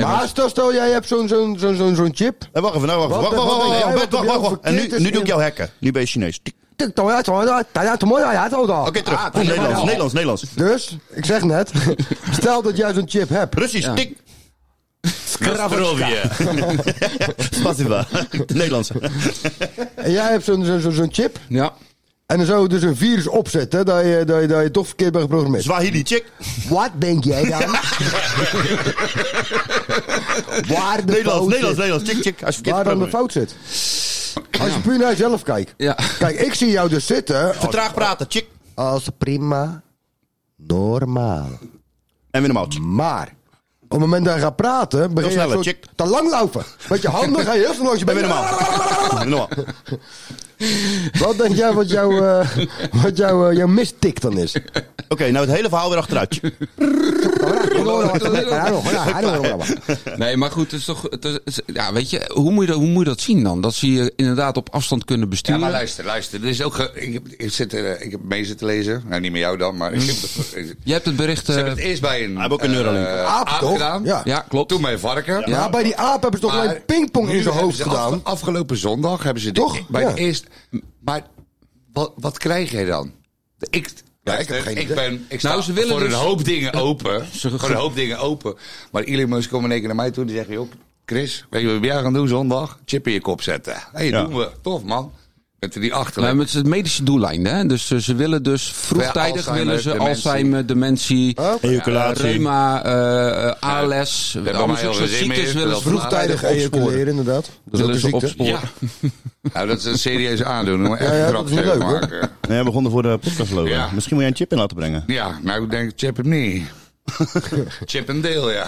[SPEAKER 4] maar
[SPEAKER 7] maar-
[SPEAKER 4] stel, stel, jij hebt zo'n zo'n zo'n zo'n zo'n chip.
[SPEAKER 2] En wacht even, nou wacht.
[SPEAKER 4] Wat-
[SPEAKER 2] Wacht, wacht,
[SPEAKER 4] wat
[SPEAKER 2] wacht,
[SPEAKER 4] ben
[SPEAKER 2] wacht,
[SPEAKER 4] jij,
[SPEAKER 2] wacht,
[SPEAKER 4] wat
[SPEAKER 2] wacht,
[SPEAKER 4] ben
[SPEAKER 2] wacht,
[SPEAKER 4] jij
[SPEAKER 2] wacht. En nu,
[SPEAKER 4] verkeerd
[SPEAKER 2] nu
[SPEAKER 4] is
[SPEAKER 2] doe ik
[SPEAKER 4] in-
[SPEAKER 2] jou hacken. Nu ben je Chinees. Tik.
[SPEAKER 4] Ah,
[SPEAKER 2] Oké, terug. Nederlands, Nederlands, Nederlands.
[SPEAKER 4] Dus, ik zeg net, *laughs* stel dat jij zo'n chip hebt.
[SPEAKER 2] Russisch, tik. Skravotje. *laughs* Spasiba. Nederlands.
[SPEAKER 4] En jij hebt zo'n zo'n zo'n zo'n chip.
[SPEAKER 7] Ja.
[SPEAKER 4] En dan zou dus een virus opzetten dat je, dat je, dat je toch verkeerd bent geprogrammeerd.
[SPEAKER 2] Swahili, chick.
[SPEAKER 4] Wat denk jij
[SPEAKER 2] *laughs*
[SPEAKER 4] dan? Waar de fout zit.
[SPEAKER 2] Nederlands, Nederlands, Nederlands. Tik, tik. Als je
[SPEAKER 4] Waar dan
[SPEAKER 2] verkeerd
[SPEAKER 4] de
[SPEAKER 2] programmeert.
[SPEAKER 4] fout zit. Als je puur naar jezelf kijkt.
[SPEAKER 7] Ja.
[SPEAKER 4] Kijk, ik zie jou dus zitten. Als,
[SPEAKER 2] Vertraag praten, chick.
[SPEAKER 4] als prima, normaal.
[SPEAKER 2] En weer normaal, chick.
[SPEAKER 4] Maar, op het moment dat je gaat praten, begin je
[SPEAKER 2] sneller,
[SPEAKER 4] zo
[SPEAKER 2] chick.
[SPEAKER 4] te langlopen. Met je handen ga je heel snel langs je
[SPEAKER 2] *laughs* En weer
[SPEAKER 4] benen.
[SPEAKER 2] normaal. Weer normaal.
[SPEAKER 4] Wat denk jij wat jouw eh, wat jouw eh, jouw mistik dan is?
[SPEAKER 2] Oké, nou het hele verhaal weer achteruit. *laughs* chick.
[SPEAKER 7] Nee, maar goed, het is toch. het is- het is- ja, weet je, hoe moet je, dat, hoe moet je dat zien dan? Dat ze je inderdaad op afstand kunnen
[SPEAKER 5] Ja,
[SPEAKER 7] besturen.
[SPEAKER 5] maar luister, luister. Er is ook ge- ik, heb, ik, zit, er, eh, ik heb mee zitten lezen. Nou, niet met jou dan, maar ik *laughs* heb,
[SPEAKER 7] Je hebt het bericht.
[SPEAKER 5] ze
[SPEAKER 7] eh,
[SPEAKER 5] hebben het eerst bij een
[SPEAKER 2] hebben ook een
[SPEAKER 5] eh,
[SPEAKER 2] Neuralink.
[SPEAKER 4] Aap, toch?
[SPEAKER 5] gedaan.
[SPEAKER 4] Ja.
[SPEAKER 7] ja, klopt.
[SPEAKER 5] Toen bij een varken.
[SPEAKER 4] Ja, bij die aap hebben ze toch
[SPEAKER 5] Maar
[SPEAKER 4] alleen pingpong
[SPEAKER 5] nu
[SPEAKER 4] in zijn hoofd
[SPEAKER 5] hebben ze
[SPEAKER 4] gedaan.
[SPEAKER 5] afge- afgelopen zondag hebben ze dit
[SPEAKER 4] Toch?
[SPEAKER 5] bij
[SPEAKER 4] Ja.
[SPEAKER 5] de eerste. Maar wat, wat krijg jij dan? Ik,
[SPEAKER 4] ik heb geen
[SPEAKER 5] ik
[SPEAKER 4] idee.
[SPEAKER 5] ben, ik
[SPEAKER 7] Nou,
[SPEAKER 5] sta
[SPEAKER 7] ze willen
[SPEAKER 5] voor
[SPEAKER 7] dus-
[SPEAKER 5] een hoop dingen open.
[SPEAKER 7] Ze-
[SPEAKER 5] voor een hoop dingen open. Maar Elon Musk komt in één keer naar mij toe en die zegt: joh, Chris, weet je wat jij gaan doen zondag? Chip in je kop zetten. Hé, hey,
[SPEAKER 2] Ja.
[SPEAKER 5] doen we. Tof, man. Met die achterlijn.
[SPEAKER 7] Nou, maar het is het medische doellijn, hè? Dus eh, ze willen dus vroegtijdig
[SPEAKER 5] Alzheimer,
[SPEAKER 7] willen ze
[SPEAKER 5] dementie. Oh,
[SPEAKER 7] Alzheimer, dementie,
[SPEAKER 2] Ejaculatie.
[SPEAKER 7] reuma, eh, eh, ALS,
[SPEAKER 5] bij
[SPEAKER 7] allemaal
[SPEAKER 5] mij
[SPEAKER 7] zulke
[SPEAKER 5] al
[SPEAKER 7] soort
[SPEAKER 5] geen zin
[SPEAKER 7] ziektes
[SPEAKER 5] meer,
[SPEAKER 7] willen
[SPEAKER 5] dat
[SPEAKER 7] ze
[SPEAKER 4] Vroegtijdig
[SPEAKER 7] vroegtijdig opsporen.
[SPEAKER 4] ejaculeren, inderdaad. Dat is ook een
[SPEAKER 7] Zullen ze
[SPEAKER 4] ziekte.
[SPEAKER 7] opsporen.
[SPEAKER 5] *laughs* Nou, dat is een serieuze aandoening. Maar echt
[SPEAKER 4] ja,
[SPEAKER 5] een
[SPEAKER 4] dat is niet
[SPEAKER 5] grapje
[SPEAKER 4] leuk, hoor.
[SPEAKER 5] maken.
[SPEAKER 2] Nee, we begonnen voor de podcast lopen.
[SPEAKER 5] Ja.
[SPEAKER 2] Misschien moet jij een chip in laten brengen.
[SPEAKER 5] Ja, nou, ik denk chip hem
[SPEAKER 4] *laughs*
[SPEAKER 5] niet. chip en deel, ja.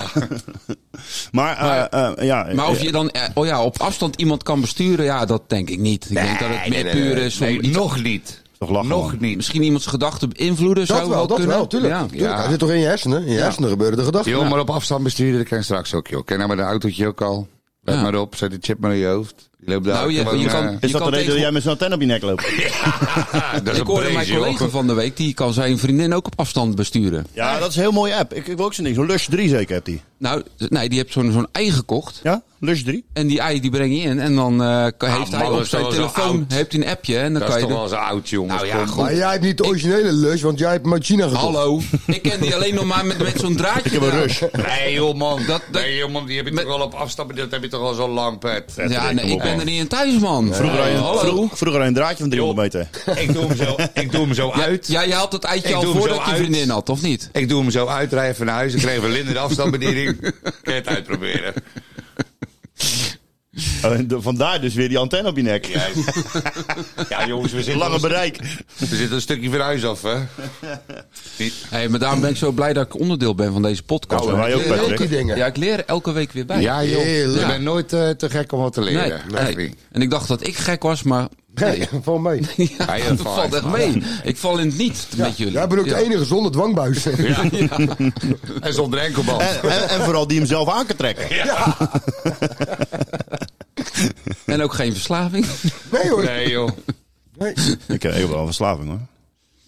[SPEAKER 2] Maar, eh, eh, ja.
[SPEAKER 7] Maar of
[SPEAKER 2] eh,
[SPEAKER 7] je dan eh, oh ja, op afstand iemand kan besturen, ja, dat denk ik niet. Ik denk dat het meer puur is. om
[SPEAKER 5] Nee,
[SPEAKER 7] iets-
[SPEAKER 5] nog niet.
[SPEAKER 2] Toch lachen,
[SPEAKER 5] nog
[SPEAKER 2] man.
[SPEAKER 5] niet.
[SPEAKER 7] Misschien iemands gedachten beïnvloeden
[SPEAKER 4] Dat
[SPEAKER 7] zou
[SPEAKER 4] wel, dat
[SPEAKER 7] kunnen.
[SPEAKER 4] wel, tuurlijk.
[SPEAKER 7] Ja.
[SPEAKER 4] tuurlijk.
[SPEAKER 5] Ja.
[SPEAKER 4] Hij zit toch in je hersenen? In je hersenen gebeuren de gedachten.
[SPEAKER 5] Joh, maar op afstand besturen, dat kan je straks ook, joh. Ken nou met een autootje ook al. Let
[SPEAKER 7] Ja.
[SPEAKER 5] maar op, zet die chip maar in je hoofd. Je loopt daar
[SPEAKER 7] Nou, je-
[SPEAKER 5] gewoon,
[SPEAKER 7] je
[SPEAKER 5] eh,
[SPEAKER 7] kan-
[SPEAKER 2] Is dat
[SPEAKER 7] kan
[SPEAKER 2] de reden dat
[SPEAKER 7] tegen-
[SPEAKER 2] jij met zo'n antenne op je nek *laughs* loopt?
[SPEAKER 5] ah, *laughs* dat is
[SPEAKER 7] Ik
[SPEAKER 5] een
[SPEAKER 7] hoorde mijn
[SPEAKER 5] breeze, joh.
[SPEAKER 7] collega van de week, die kan zijn vriendin ook op afstand besturen.
[SPEAKER 2] Ja, dat is een heel mooie app. Ik, ik wil ook zo'n ding. Zo'n Lush 3 zeker hebt die.
[SPEAKER 7] Nou, nee, die heeft zo'n zo'n ei gekocht.
[SPEAKER 2] Ja? Lush 3?
[SPEAKER 7] En die ei die breng je in. En dan eh, kan- heeft
[SPEAKER 5] Ah, man,
[SPEAKER 7] hij
[SPEAKER 5] dat
[SPEAKER 7] op
[SPEAKER 5] is
[SPEAKER 7] zijn
[SPEAKER 5] wel zo
[SPEAKER 7] telefoon
[SPEAKER 5] oud.
[SPEAKER 7] heeft hij een appje. En dan
[SPEAKER 5] Dat
[SPEAKER 7] kan
[SPEAKER 5] is
[SPEAKER 7] je.
[SPEAKER 5] toch
[SPEAKER 7] de-
[SPEAKER 5] wel zo oud, jongens.
[SPEAKER 7] Nou ja,
[SPEAKER 5] Kom,
[SPEAKER 7] goed.
[SPEAKER 4] Maar jij hebt niet de originele lus, want jij hebt hem uit China gekocht.
[SPEAKER 7] Hallo. Ik ken die alleen nog maar met, met zo'n draadje.
[SPEAKER 2] Ik heb een
[SPEAKER 7] eraan.
[SPEAKER 2] Rush.
[SPEAKER 5] Nee, joh, man.
[SPEAKER 7] Dat- dat-
[SPEAKER 5] Nee, joh, man. Die heb je
[SPEAKER 7] Met-
[SPEAKER 5] toch al op afstand. Dat heb je toch al zo'n lang pet.
[SPEAKER 7] Ja, nee, ik ben er
[SPEAKER 5] niet.
[SPEAKER 7] niet in thuis, man.
[SPEAKER 2] Vroeger had je-
[SPEAKER 7] Hallo.
[SPEAKER 2] vroeg- Vroeger had je een draadje van 300 meter.
[SPEAKER 5] Ik doe hem zo, ik doe hem zo uit.
[SPEAKER 7] Ja, jij had het eitje
[SPEAKER 5] Ik
[SPEAKER 7] al
[SPEAKER 5] doe hem zo
[SPEAKER 7] voordat je
[SPEAKER 5] uit.
[SPEAKER 7] vriendin had, of niet?
[SPEAKER 5] Ik doe hem zo uit, rij even naar huis. Ik kreeg een Linde de
[SPEAKER 7] *laughs*
[SPEAKER 5] afstandsbediening. Kun je het uitproberen?
[SPEAKER 2] Oh, en de- Vandaar dus weer die antenne op je nek.
[SPEAKER 5] Juist. Ja, jongens, we zitten,
[SPEAKER 2] Lange
[SPEAKER 5] we
[SPEAKER 2] bereik.
[SPEAKER 5] zitten een stukje van huis af, hè?
[SPEAKER 7] *laughs*
[SPEAKER 5] Niet-
[SPEAKER 7] Hey, maar daarom ben ik zo blij dat ik onderdeel ben van deze podcast.
[SPEAKER 2] Nou, wij ook,
[SPEAKER 7] Ik leer
[SPEAKER 2] Patrick.
[SPEAKER 7] elke-
[SPEAKER 4] Die dingen.
[SPEAKER 7] Ja, ik leer elke week weer bij.
[SPEAKER 5] Ja, joh.
[SPEAKER 4] Heerlijk.
[SPEAKER 5] Je bent nooit eh, te gek om wat te
[SPEAKER 7] Nee,
[SPEAKER 5] leren.
[SPEAKER 7] nee.
[SPEAKER 5] Echt niet.
[SPEAKER 7] En ik dacht dat ik gek was, maar
[SPEAKER 4] Nee, *laughs* val mee.
[SPEAKER 7] *laughs* ja,
[SPEAKER 5] Hij
[SPEAKER 7] dat
[SPEAKER 5] ervaart,
[SPEAKER 7] valt echt
[SPEAKER 5] man.
[SPEAKER 7] mee. Ik val in het niet met jullie.
[SPEAKER 4] Jij bent ook
[SPEAKER 7] Ja.
[SPEAKER 4] de enige zonder dwangbuis.
[SPEAKER 5] En zonder enkelband.
[SPEAKER 4] Eh,
[SPEAKER 2] En, en, en vooral die hem zelf aan kan trekken.
[SPEAKER 7] En ook geen verslaving.
[SPEAKER 4] *laughs* Nee hoor.
[SPEAKER 5] Nee, joh.
[SPEAKER 4] Nee.
[SPEAKER 2] Ik eh, ik heb wel een verslaving hoor.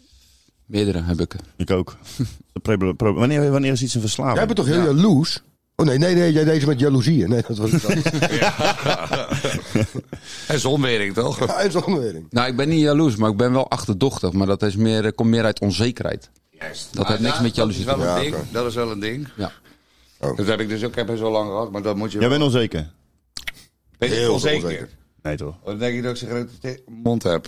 [SPEAKER 7] *laughs* Meerdere heb ik.
[SPEAKER 2] Ik ook. *laughs* De proble- pro- wanneer, wanneer is iets een verslaving?
[SPEAKER 4] Jij bent toch heel jaloers? Oh nee, nee, nee, jij deed ze met jaloezieën. Nee, dat was het dan.
[SPEAKER 2] *laughs*
[SPEAKER 5] En zonwering, toch?
[SPEAKER 4] Ja, en zo'n wering.
[SPEAKER 7] Nou, ik ben niet jaloers, maar ik ben wel achterdochtig. Maar dat is meer, eh, komt meer uit onzekerheid.
[SPEAKER 5] Juist.
[SPEAKER 7] Dat heeft niks met
[SPEAKER 5] dat
[SPEAKER 7] jaloezie
[SPEAKER 5] is wel
[SPEAKER 7] te
[SPEAKER 5] een
[SPEAKER 4] maken.
[SPEAKER 5] ding.
[SPEAKER 4] Ja, oké.
[SPEAKER 5] Dat is wel een ding.
[SPEAKER 7] Ja.
[SPEAKER 5] Dat heb ik dus ook ik heb best wel lang gehad, maar dat moet je
[SPEAKER 2] Jij
[SPEAKER 5] wel-
[SPEAKER 2] bent onzeker?
[SPEAKER 5] Weet je,
[SPEAKER 4] heel
[SPEAKER 5] onzeker.
[SPEAKER 4] onzeker.
[SPEAKER 2] Nee toch?
[SPEAKER 5] Dan denk je dat ik zo'n grote te- mond heb.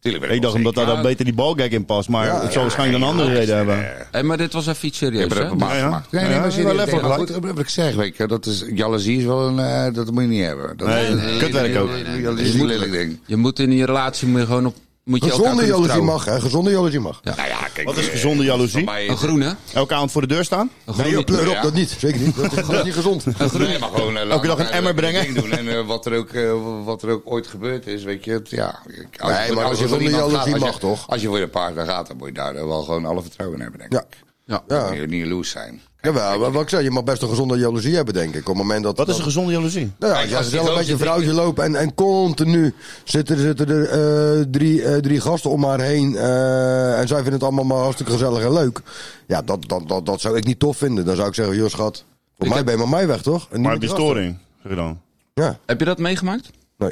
[SPEAKER 5] Tuurlijk ben
[SPEAKER 2] Ik dacht omdat daar
[SPEAKER 5] onzeker.
[SPEAKER 2] dan beter die balgag in past. Maar het zou waarschijnlijk een andere reden hebben.
[SPEAKER 7] Hé, Eh, maar dit was even iets
[SPEAKER 5] Ik
[SPEAKER 7] serieus,
[SPEAKER 5] heb er
[SPEAKER 7] hè?
[SPEAKER 5] ook maar
[SPEAKER 2] Ja, ja.
[SPEAKER 5] gemaakt. Nee, nee,
[SPEAKER 2] Ja,
[SPEAKER 5] maar
[SPEAKER 2] ja,
[SPEAKER 5] zit
[SPEAKER 2] wel
[SPEAKER 5] in-
[SPEAKER 2] even
[SPEAKER 5] nee, maar
[SPEAKER 2] gelijk.
[SPEAKER 5] goed, dat heb ik gezegd, weet je, dat is, jaloezie is wel een, eh, dat moet je niet hebben. Dat
[SPEAKER 2] Nee,
[SPEAKER 5] is,
[SPEAKER 2] nee, kutwerk ook.
[SPEAKER 5] Jaloezie is een lelijk ding.
[SPEAKER 7] Je moet in je relatie moet je gewoon op... Moet je elkaar
[SPEAKER 4] Gezonde
[SPEAKER 7] kunnen
[SPEAKER 4] jaloezie
[SPEAKER 7] vertrouwen.
[SPEAKER 4] mag, hè. Gezonde jaloezie mag.
[SPEAKER 5] Nou ja, kijk.
[SPEAKER 2] Wat is
[SPEAKER 5] eh,
[SPEAKER 2] gezonde jaloezie?
[SPEAKER 5] voor mij is
[SPEAKER 7] Een groene.
[SPEAKER 2] Elke avond voor de deur staan?
[SPEAKER 7] Een
[SPEAKER 4] Nee, joh,
[SPEAKER 7] groene.
[SPEAKER 4] pleur op,
[SPEAKER 5] Ja.
[SPEAKER 4] dat niet. Zeker niet. Dat is, dat is niet gezond.
[SPEAKER 5] Nee, maar gewoon, eh, laat
[SPEAKER 2] Elke dag een
[SPEAKER 5] elkaar lekker
[SPEAKER 2] emmer
[SPEAKER 5] ding
[SPEAKER 2] brengen.
[SPEAKER 5] Doen. En eh, wat, er ook, eh, wat er ook ooit gebeurd is, weet je. Het, ja, Ik- als,
[SPEAKER 4] Nee,
[SPEAKER 5] je-
[SPEAKER 4] maar
[SPEAKER 5] als je
[SPEAKER 4] zonder
[SPEAKER 5] voor iemand
[SPEAKER 4] jaloezie
[SPEAKER 5] gaat, als je-
[SPEAKER 4] mag, toch?
[SPEAKER 5] Als je voor je partner gaat, dan moet je daar eh, wel gewoon alle vertrouwen in hebben, denk
[SPEAKER 4] Ja.
[SPEAKER 5] ik.
[SPEAKER 7] Ja.
[SPEAKER 5] Dan
[SPEAKER 4] Ja.
[SPEAKER 5] moet je niet jaloers zijn. Kijk,
[SPEAKER 4] Jawel, maar wat ik zei, je mag best een gezonde jaloezie hebben, denk ik. Op het moment dat,
[SPEAKER 2] Wat is
[SPEAKER 4] dat-
[SPEAKER 2] een gezonde jaloezie?
[SPEAKER 4] Nou ja,
[SPEAKER 2] Kijk,
[SPEAKER 4] als
[SPEAKER 2] als
[SPEAKER 4] je
[SPEAKER 2] die
[SPEAKER 4] zelf met je
[SPEAKER 2] gozer
[SPEAKER 4] vrouwtje loopt en, en continu zitten, zitten er eh, drie, eh, drie gasten om haar heen. eh, en zij vinden het allemaal maar hartstikke gezellig en leuk. Ja, dat, dat, dat, dat zou ik niet tof vinden. Dan zou ik zeggen, joh schat, voor mij ben je met mij weg, toch? En niet
[SPEAKER 2] Maar
[SPEAKER 4] met
[SPEAKER 2] heb je
[SPEAKER 4] die gasten.
[SPEAKER 2] storing gedaan?
[SPEAKER 4] Ja.
[SPEAKER 7] Heb je dat meegemaakt?
[SPEAKER 4] Nee.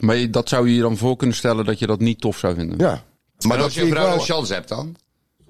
[SPEAKER 7] Maar je- dat zou je je dan voor kunnen stellen dat je dat niet tof zou vinden?
[SPEAKER 4] Ja. Maar
[SPEAKER 5] Maar
[SPEAKER 4] dat
[SPEAKER 5] als je
[SPEAKER 4] vind
[SPEAKER 5] een
[SPEAKER 4] ik
[SPEAKER 5] vrouw
[SPEAKER 4] wel...
[SPEAKER 5] een chance hebt dan?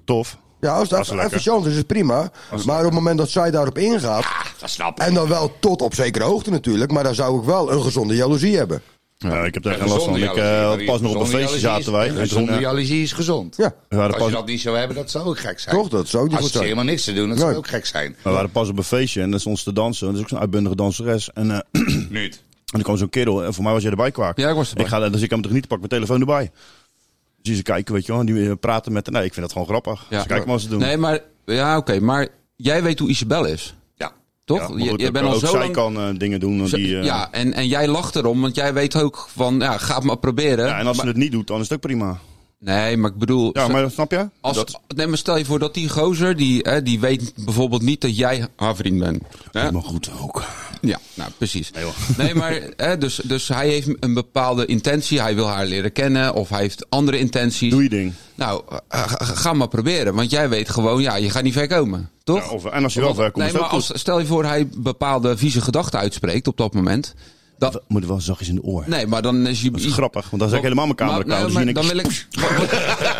[SPEAKER 2] Tof.
[SPEAKER 4] Ja, als
[SPEAKER 2] Als
[SPEAKER 4] het
[SPEAKER 2] ze
[SPEAKER 4] eff-
[SPEAKER 2] lekker.
[SPEAKER 4] efficiënt is, is het prima. Maar op het moment dat zij daarop ingaat...
[SPEAKER 5] Dat snap ik.
[SPEAKER 4] En dan wel tot op zekere hoogte natuurlijk. Maar dan zou ik wel een gezonde jaloezie hebben.
[SPEAKER 2] Ja, ik heb daar
[SPEAKER 5] Ja,
[SPEAKER 2] geen last van.
[SPEAKER 5] gezonde
[SPEAKER 2] Ik
[SPEAKER 5] jaloezie,
[SPEAKER 2] eh,
[SPEAKER 5] maar
[SPEAKER 2] pas nog op een
[SPEAKER 5] gezonde
[SPEAKER 2] feestje
[SPEAKER 5] jaloezie is-
[SPEAKER 2] zaten wij. En toen,
[SPEAKER 5] Gezonde
[SPEAKER 2] eh,
[SPEAKER 5] jaloezie is gezond.
[SPEAKER 4] Ja.
[SPEAKER 2] we waren
[SPEAKER 5] Als je
[SPEAKER 2] pas,
[SPEAKER 5] dat niet zou hebben, dat zou ook gek zijn.
[SPEAKER 4] Toch, dat zou ook niet
[SPEAKER 5] Als
[SPEAKER 4] goed
[SPEAKER 5] ze
[SPEAKER 4] zijn.
[SPEAKER 5] helemaal niks te doen, dat zou ook gek zijn.
[SPEAKER 2] we waren pas op een feestje en dat stond ze te dansen. Dat is ook zo'n uitbundige danseres. En, eh, *clears throat*
[SPEAKER 5] Niet.
[SPEAKER 2] En dan kwam zo'n kerel, en voor mij was jij erbij kwaak.
[SPEAKER 7] Ja, ik was erbij.
[SPEAKER 2] Ik ga, dan zit ik hem toch niet, pak mijn telefoon erbij. Dus Zie ze kijken, weet je wel, en die eh, praten met. Nee, ik vind dat gewoon grappig.
[SPEAKER 7] Ja.
[SPEAKER 2] Ze kijken maar wat ze doen.
[SPEAKER 7] Nee, maar... Ja, oké. maar jij weet hoe Isabel is.
[SPEAKER 5] Ja.
[SPEAKER 7] Toch?
[SPEAKER 2] Ja, maar
[SPEAKER 7] Je-
[SPEAKER 2] goed,
[SPEAKER 7] je
[SPEAKER 2] ook-
[SPEAKER 7] bent al
[SPEAKER 2] ook
[SPEAKER 7] zo
[SPEAKER 2] zij
[SPEAKER 7] lang...
[SPEAKER 2] kan eh, dingen doen die. eh,
[SPEAKER 7] Ja, en, en jij lacht erom, want jij weet ook van, ja, ga het maar proberen.
[SPEAKER 2] ja, en als
[SPEAKER 7] Maar-
[SPEAKER 2] ze het niet doet, dan is het ook prima.
[SPEAKER 7] Nee, maar ik bedoel...
[SPEAKER 2] Ja,
[SPEAKER 7] ze-
[SPEAKER 2] maar snap je?
[SPEAKER 7] Als,
[SPEAKER 2] Dat-
[SPEAKER 7] nee, maar stel je voor dat die gozer, die, hè, die weet bijvoorbeeld niet dat jij haar vriend bent. Hè?
[SPEAKER 2] Maar goed ook.
[SPEAKER 7] Ja, nou precies.
[SPEAKER 2] Nee,
[SPEAKER 7] Nee,
[SPEAKER 2] hoor.
[SPEAKER 7] maar hè, dus, dus hij heeft een bepaalde intentie. Hij wil haar leren kennen of hij heeft andere intenties.
[SPEAKER 2] Doe je ding.
[SPEAKER 7] Nou, eh, ga- ga maar proberen. Want jij weet gewoon, ja, je gaat niet ver komen. Toch?
[SPEAKER 2] Ja, of- en als je wel ver komt,
[SPEAKER 7] nee,
[SPEAKER 2] is het
[SPEAKER 7] maar
[SPEAKER 2] ook
[SPEAKER 7] als, stel je voor hij bepaalde vieze gedachten uitspreekt op dat moment. Dan,
[SPEAKER 2] Dat moet wel zachtjes in de oor.
[SPEAKER 7] nee, maar dan is je...
[SPEAKER 2] Dat is grappig, want dan zeg ik helemaal mijn Dus camera
[SPEAKER 7] Maar-
[SPEAKER 2] koud.
[SPEAKER 7] nee,
[SPEAKER 2] dan
[SPEAKER 7] maar
[SPEAKER 2] zie
[SPEAKER 7] dan
[SPEAKER 2] ik,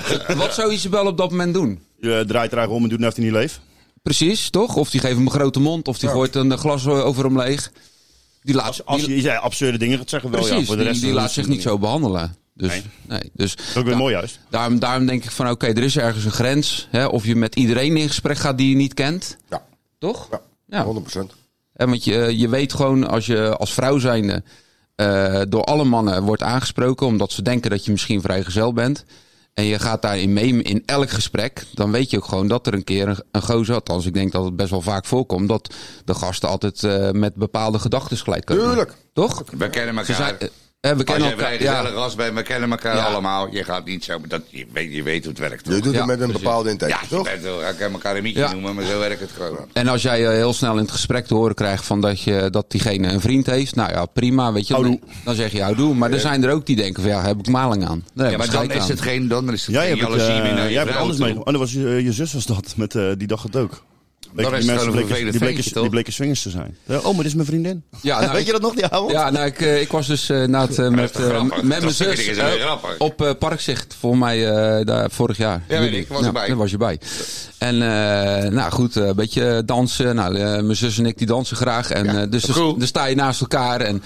[SPEAKER 7] wil ik... *laughs* Wat, wat zou Isabel op dat moment doen?
[SPEAKER 2] je Eh, draait er eigenlijk om en doet net of hij niet leeft.
[SPEAKER 7] Precies, toch? Of die geeft hem een grote mond, of die gooit een eh, glas eh, over hem leeg. Die laat,
[SPEAKER 2] Als
[SPEAKER 7] die-
[SPEAKER 2] je ja, absurde dingen gaat zeggen, wel
[SPEAKER 7] precies,
[SPEAKER 2] ja. Voor de
[SPEAKER 7] die-
[SPEAKER 2] rest
[SPEAKER 7] die, laat zich niet zo behandelen. Dus,
[SPEAKER 2] Nee.
[SPEAKER 7] nee. dus,
[SPEAKER 2] Dat is ook weer mooi juist.
[SPEAKER 7] daarom, daarom denk ik van, oké, er is ergens een grens. Hè, of je met iedereen in gesprek gaat die je niet kent.
[SPEAKER 4] Ja.
[SPEAKER 7] Toch?
[SPEAKER 4] Ja,
[SPEAKER 7] Ja.
[SPEAKER 4] 100%.
[SPEAKER 7] Hè, want je, je weet gewoon, als je als vrouw zijnde eh, door alle mannen wordt aangesproken... omdat ze denken dat je misschien vrijgezel bent... en je gaat daarin mee in elk gesprek... dan weet je ook gewoon dat er een keer een, een gozer... althans, ik denk dat het best wel vaak voorkomt... dat de gasten altijd eh, met bepaalde gedachten gelijk komen.
[SPEAKER 4] Tuurlijk.
[SPEAKER 7] Toch?
[SPEAKER 5] We kennen
[SPEAKER 7] Ze zijn,
[SPEAKER 5] elkaar.
[SPEAKER 7] eh, hè,
[SPEAKER 5] Als
[SPEAKER 7] we kennen
[SPEAKER 5] jij een
[SPEAKER 7] elkaar.
[SPEAKER 5] gezellig
[SPEAKER 7] Ja,
[SPEAKER 5] ras bent, we kennen elkaar
[SPEAKER 7] Ja.
[SPEAKER 5] allemaal. Je gaat niet zo, dat, je, weet, je weet hoe het werkt.
[SPEAKER 4] Je
[SPEAKER 5] Toch?
[SPEAKER 4] doet
[SPEAKER 7] Ja,
[SPEAKER 4] het met een
[SPEAKER 7] precies.
[SPEAKER 4] bepaalde intentie,
[SPEAKER 5] Ja, je
[SPEAKER 4] toch?
[SPEAKER 5] bent, wel- ik kan elkaar een mietje
[SPEAKER 7] Ja.
[SPEAKER 5] noemen, maar zo werkt het gewoon.
[SPEAKER 7] en als jij eh, heel snel in het gesprek te horen krijgt van dat, je, dat diegene een vriend heeft, nou ja, prima, weet je. Dan, dan zeg je, doe. Maar er zijn er ook die denken van, ja, heb ik maling aan. Daar
[SPEAKER 5] Ja,
[SPEAKER 7] heb ik
[SPEAKER 5] maar dan
[SPEAKER 7] schijt
[SPEAKER 5] is
[SPEAKER 7] aan.
[SPEAKER 5] het geen, dan is het
[SPEAKER 2] Jij
[SPEAKER 5] geen
[SPEAKER 2] hebt, het, eh,
[SPEAKER 5] jaloezie meer naar je
[SPEAKER 2] jij hebt het
[SPEAKER 5] vrouw
[SPEAKER 2] anders
[SPEAKER 5] toe.
[SPEAKER 2] mee. Oh, dat was je, je zus was dat. Met, eh, die dacht het ook. Weet je,
[SPEAKER 5] het
[SPEAKER 2] die
[SPEAKER 5] gewoon
[SPEAKER 2] mensen
[SPEAKER 5] een
[SPEAKER 2] bleken,
[SPEAKER 5] vervelend
[SPEAKER 2] die, bleken,
[SPEAKER 5] ventje, toch?
[SPEAKER 2] die bleken swingers te zijn. Ja, oh, maar dit is mijn vriendin.
[SPEAKER 5] Ah,
[SPEAKER 7] Ja, nou,
[SPEAKER 2] Weet
[SPEAKER 7] ik-
[SPEAKER 2] je dat nog, die avond?
[SPEAKER 7] Ja, nou, ik, eh, ik was dus eh, na het, eh, met,
[SPEAKER 5] toch
[SPEAKER 7] eh,
[SPEAKER 5] grappig?
[SPEAKER 7] met mijn
[SPEAKER 5] Dat vind
[SPEAKER 7] zus
[SPEAKER 5] ik eens heel
[SPEAKER 7] eh,
[SPEAKER 5] grappig.
[SPEAKER 7] op eh, Parkzicht, volgens mij eh, daar, vorig jaar.
[SPEAKER 5] Ja, weet
[SPEAKER 7] Juli.
[SPEAKER 5] ik, was
[SPEAKER 7] Nou,
[SPEAKER 5] erbij.
[SPEAKER 7] Daar was je bij. En eh, nou goed, eh, een beetje dansen. Nou, eh, mijn zus en ik die dansen graag. En, eh, dus
[SPEAKER 5] cool.
[SPEAKER 7] dan dan sta je naast elkaar. En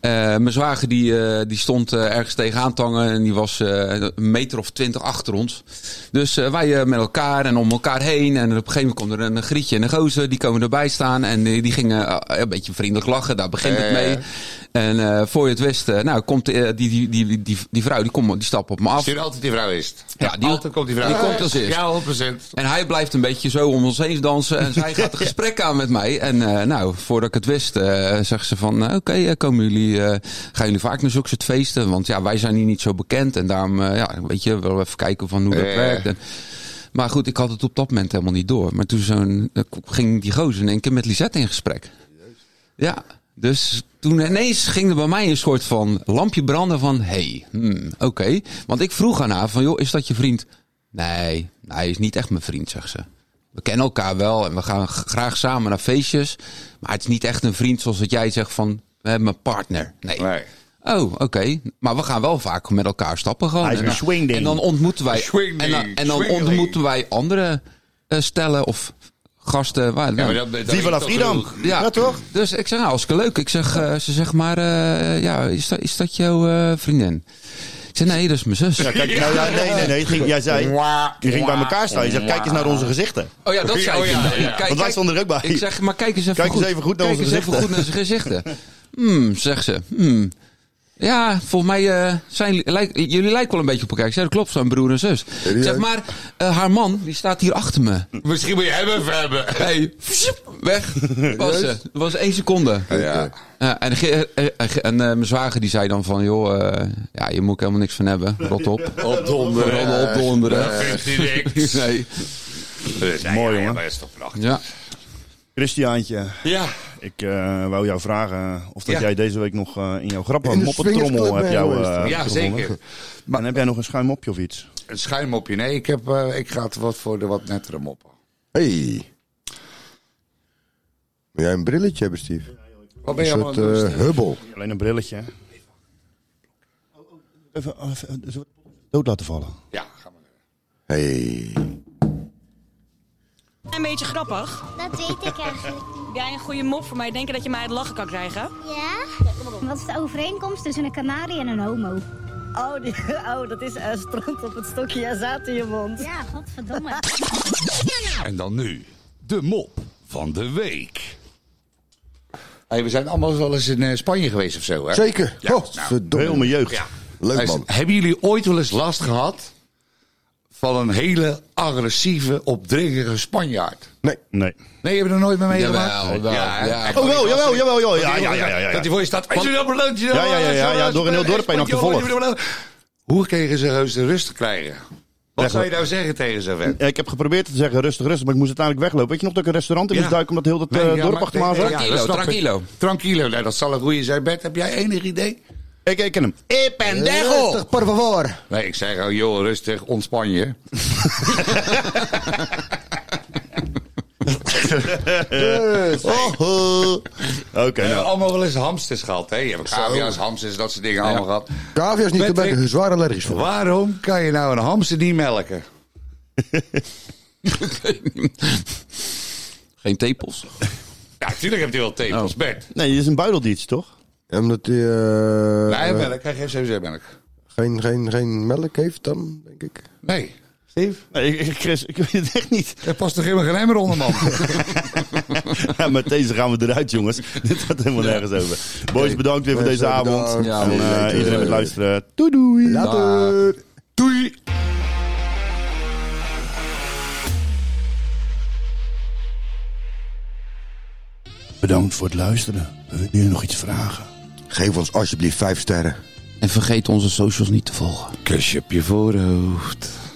[SPEAKER 7] eh, mijn zwager die, eh, die stond eh, ergens tegenaan tangen. En die was eh, een meter of twintig achter ons. Dus eh, wij eh, met elkaar en om elkaar heen. En op een gegeven moment komt er een, grietje en een gozer. Die komen erbij staan. En die, die gingen eh, een beetje vriendelijk lachen. Daar begint het mee. En eh, voor je het wist, eh, nou komt eh, die, die, die, die, die, die vrouw die, komt, die stapt op me af.
[SPEAKER 5] Stuur altijd die vrouw eerst.
[SPEAKER 7] Ja, die-
[SPEAKER 5] altijd komt die vrouw
[SPEAKER 7] die komt als eerst.
[SPEAKER 5] Ja, 100%.
[SPEAKER 7] En hij blijft een beetje zo om ons heen dansen. En zij gaat een gesprek aan met mij. En eh, nou, voordat ik het wist, eh, zegt ze van... eh, Oké, eh, komen jullie, eh, gaan jullie vaak naar zulke soort feesten? Want ja, wij zijn hier niet zo bekend. En daarom, eh, ja, weet je, wel even kijken van hoe dat
[SPEAKER 5] Ja.
[SPEAKER 7] werkt. En, maar goed, ik had het op dat moment helemaal niet door. Maar toen zo'n, eh, ging die gozer in één keer met Lisette in gesprek. Ja, dus toen ineens ging er bij mij een soort van lampje branden van... hey, hmm, oké. Want ik vroeg aan haar van, joh, is dat je vriend? Nee, hij is niet echt mijn vriend, zegt ze. We kennen elkaar wel en we gaan g- graag samen naar feestjes. Maar het is niet echt een vriend zoals dat jij zegt van... We hebben een partner. Nee.
[SPEAKER 5] Nee.
[SPEAKER 7] Oh, oké. Maar we gaan wel vaak met elkaar stappen gewoon.
[SPEAKER 2] Hij is
[SPEAKER 7] En
[SPEAKER 2] een
[SPEAKER 7] dan-
[SPEAKER 2] swingding.
[SPEAKER 7] En dan ontmoeten wij...
[SPEAKER 5] Swingding,
[SPEAKER 7] En dan, en dan
[SPEAKER 5] swingling.
[SPEAKER 7] ontmoeten wij andere eh, stellen of gasten. Waar,
[SPEAKER 5] Ja,
[SPEAKER 7] nou,
[SPEAKER 5] maar dat, dat
[SPEAKER 2] Viva la
[SPEAKER 5] is toch
[SPEAKER 2] Freedom.
[SPEAKER 5] genoeg.
[SPEAKER 7] ja. toch? Dus ik zeg, nou, als ik leuk. Ik zeg, eh, ze zegt maar, eh, ja, is dat, is dat jouw eh, vriendin? Ik zeg, nee, dat is mijn zus.
[SPEAKER 2] Ja, kijk, nou, ja, nee, nee, nee. het Ging, jij zei, je ging bij elkaar staan. Je zegt, kijk eens naar onze gezichten.
[SPEAKER 7] Oh
[SPEAKER 2] *laughs*
[SPEAKER 7] ja, dat zei
[SPEAKER 5] Oh
[SPEAKER 7] ik.
[SPEAKER 5] ja,
[SPEAKER 7] inderdaad.
[SPEAKER 5] ja.
[SPEAKER 7] Kijk,
[SPEAKER 2] Want wij
[SPEAKER 7] kijk,
[SPEAKER 2] stonden er ook bij.
[SPEAKER 7] Ik zeg, maar kijk eens even
[SPEAKER 2] Kijk eens
[SPEAKER 7] goed.
[SPEAKER 2] even goed naar
[SPEAKER 7] Kijk
[SPEAKER 2] onze
[SPEAKER 7] eens even
[SPEAKER 2] gezichten.
[SPEAKER 7] goed naar zijn gezichten. Hmm, zegt ze. Hmm. Ja, volgens mij eh, zijn jullie- lijk- jullie lijken wel een beetje op elkaar. Ik zeg, dat klopt, zijn broer en zus. Ik zeg, maar eh, haar man, die staat hier achter
[SPEAKER 2] *laughs*
[SPEAKER 7] me.
[SPEAKER 5] Misschien moet je hem even hebben.
[SPEAKER 7] Hey, weg. Was, ze. Dat was één seconde.
[SPEAKER 5] Ja.
[SPEAKER 7] Ja, en ge- eh, eh, ge- en eh, mijn zwager die zei dan van, joh, eh, ja, je moet er
[SPEAKER 5] *laughs*
[SPEAKER 7] helemaal niks van hebben. Rot op.
[SPEAKER 5] Op donderen.
[SPEAKER 7] *laughs* Rot op, donderen.
[SPEAKER 5] Vindt hij niks.
[SPEAKER 7] Nee.
[SPEAKER 2] is mooi, jongen.
[SPEAKER 5] dat is toch prachtig.
[SPEAKER 7] Ja.
[SPEAKER 2] Christiaantje,
[SPEAKER 5] Ja.
[SPEAKER 2] ik eh, wou jou vragen of dat
[SPEAKER 5] Ja.
[SPEAKER 2] jij deze week nog eh, in jouw grappen
[SPEAKER 4] In de
[SPEAKER 2] moppetrommel
[SPEAKER 4] swingersclub
[SPEAKER 2] hebt
[SPEAKER 4] ben
[SPEAKER 2] jou
[SPEAKER 4] geweest.
[SPEAKER 2] eh,
[SPEAKER 5] Ja,
[SPEAKER 2] gevonden.
[SPEAKER 5] zeker.
[SPEAKER 2] en heb jij nog een schuim mopje of iets?
[SPEAKER 5] Een schuimmopje. Nee, ik, heb, eh, ik ga het wat voor de wat nettere moppen.
[SPEAKER 4] Hey. Wil jij een brilletje hebben, Steve?
[SPEAKER 5] Wat ben
[SPEAKER 4] Een
[SPEAKER 5] je allemaal
[SPEAKER 4] soort
[SPEAKER 5] aan het doen,
[SPEAKER 4] eh,
[SPEAKER 5] Stef?
[SPEAKER 4] hubbel.
[SPEAKER 2] Alleen een brilletje. hè? Even, oh, even, even dood laten vallen.
[SPEAKER 5] Ja, ga maar.
[SPEAKER 4] Hey.
[SPEAKER 13] Een beetje grappig.
[SPEAKER 14] Dat weet ik eigenlijk.
[SPEAKER 13] Heb jij een goede mop voor mij? Denk je dat je mij het lachen kan krijgen?
[SPEAKER 14] Ja? Wat is de overeenkomst tussen een kanarie en een homo?
[SPEAKER 15] Oh, die, *laughs* oh dat is eh, stront op het stokje en zaad in je mond. Ja, godverdomme.
[SPEAKER 16] En dan nu, de mop van de week.
[SPEAKER 5] Hey, we zijn allemaal wel eens in eh, Spanje geweest of zo, hè?
[SPEAKER 4] Zeker.
[SPEAKER 5] Ja,
[SPEAKER 4] oh,
[SPEAKER 5] nou,
[SPEAKER 4] verdomme.
[SPEAKER 2] Heel mijn jeugd.
[SPEAKER 5] Ja.
[SPEAKER 4] Leuk,
[SPEAKER 5] Luister,
[SPEAKER 4] man.
[SPEAKER 5] Hebben jullie ooit wel eens last gehad van een hele agressieve, opdringerige Spanjaard?
[SPEAKER 4] Nee.
[SPEAKER 2] Nee.
[SPEAKER 5] Nee, je hebt er nooit mee meegemaakt?
[SPEAKER 7] Jawel, wel,
[SPEAKER 5] hè?
[SPEAKER 7] ja.
[SPEAKER 5] Echt,
[SPEAKER 2] Oh, wel, jawel, jawel, jawel. Ja,
[SPEAKER 5] Dat die-
[SPEAKER 2] ja, ja, ja, ja.
[SPEAKER 5] Dat hij voor je staat. Is jullie allemaal leuk? Jullie
[SPEAKER 2] Ja, ja, ja, ja,
[SPEAKER 5] allemaal-
[SPEAKER 2] ja, door een heel dorp heen nog te volgen.
[SPEAKER 5] Hoe kregen ze heus de rust te krijgen? Wat
[SPEAKER 2] Echt,
[SPEAKER 5] zou je nou zeggen tegen zo'n vent?
[SPEAKER 2] Ja, Eh, ik heb geprobeerd te zeggen rustig, rustig, maar ik moest uiteindelijk weglopen. Weet je nog dat ik een restaurant in
[SPEAKER 5] Ja.
[SPEAKER 2] moest duiken omdat heel dat
[SPEAKER 5] Nee,
[SPEAKER 2] eh,
[SPEAKER 5] ja,
[SPEAKER 2] dorp
[SPEAKER 5] maar-
[SPEAKER 2] achter me aan
[SPEAKER 5] nee,
[SPEAKER 2] zat?
[SPEAKER 5] nee, ja,
[SPEAKER 7] Tranquilo,
[SPEAKER 5] dat snap ik.
[SPEAKER 7] tranquilo.
[SPEAKER 5] Tranquilo, nou, dat zal een goede zijn. Bert, heb jij enig idee? Eh,
[SPEAKER 2] Ik, ik ken hem. Ik ben
[SPEAKER 4] Rustig, por favor.
[SPEAKER 5] Nee, ik zeg gewoon, joh, rustig, ontspan je.
[SPEAKER 4] Oh, oh.
[SPEAKER 2] Oké,
[SPEAKER 5] We hebben
[SPEAKER 2] nou.
[SPEAKER 5] allemaal wel eens hamsters gehad, hè? Je hebt cavia's, hamsters, dat soort dingen allemaal gehad.
[SPEAKER 4] Cavia is niet te
[SPEAKER 5] Patrick.
[SPEAKER 4] bekken, zwaar allergisch voor.
[SPEAKER 5] Waarom kan je nou een hamster niet melken?
[SPEAKER 7] Geen tepels.
[SPEAKER 5] Ja, natuurlijk heb je wel tepels, Bert.
[SPEAKER 2] Nee, dit is een buideldietje, toch?
[SPEAKER 4] Omdat hij eh,
[SPEAKER 5] Nee, melk. Hij geeft sowieso melk.
[SPEAKER 4] geen, geen, geen melk heeft dan, denk ik.
[SPEAKER 5] Nee. Steve?
[SPEAKER 2] Nee, ik- ik- Chris, ik weet het echt niet. *laughs*
[SPEAKER 5] Er past toch helemaal geen emmer onder, man? *laughs*
[SPEAKER 2] Ja, met deze gaan we eruit, jongens. *laughs* Dit gaat helemaal nergens over. Boys, bedankt weer voor
[SPEAKER 4] Mensen,
[SPEAKER 2] deze avond.
[SPEAKER 4] bedankt.
[SPEAKER 7] Ja,
[SPEAKER 2] En eh,
[SPEAKER 7] zeker.
[SPEAKER 2] iedereen met het luisteren. Doei doei.
[SPEAKER 4] Later.
[SPEAKER 5] Doei!
[SPEAKER 2] Bedankt voor het luisteren. Wil je nog iets vragen?
[SPEAKER 4] Geef ons alsjeblieft vijf sterren.
[SPEAKER 7] En vergeet onze socials niet te volgen.
[SPEAKER 5] Kusje op je voorhoofd.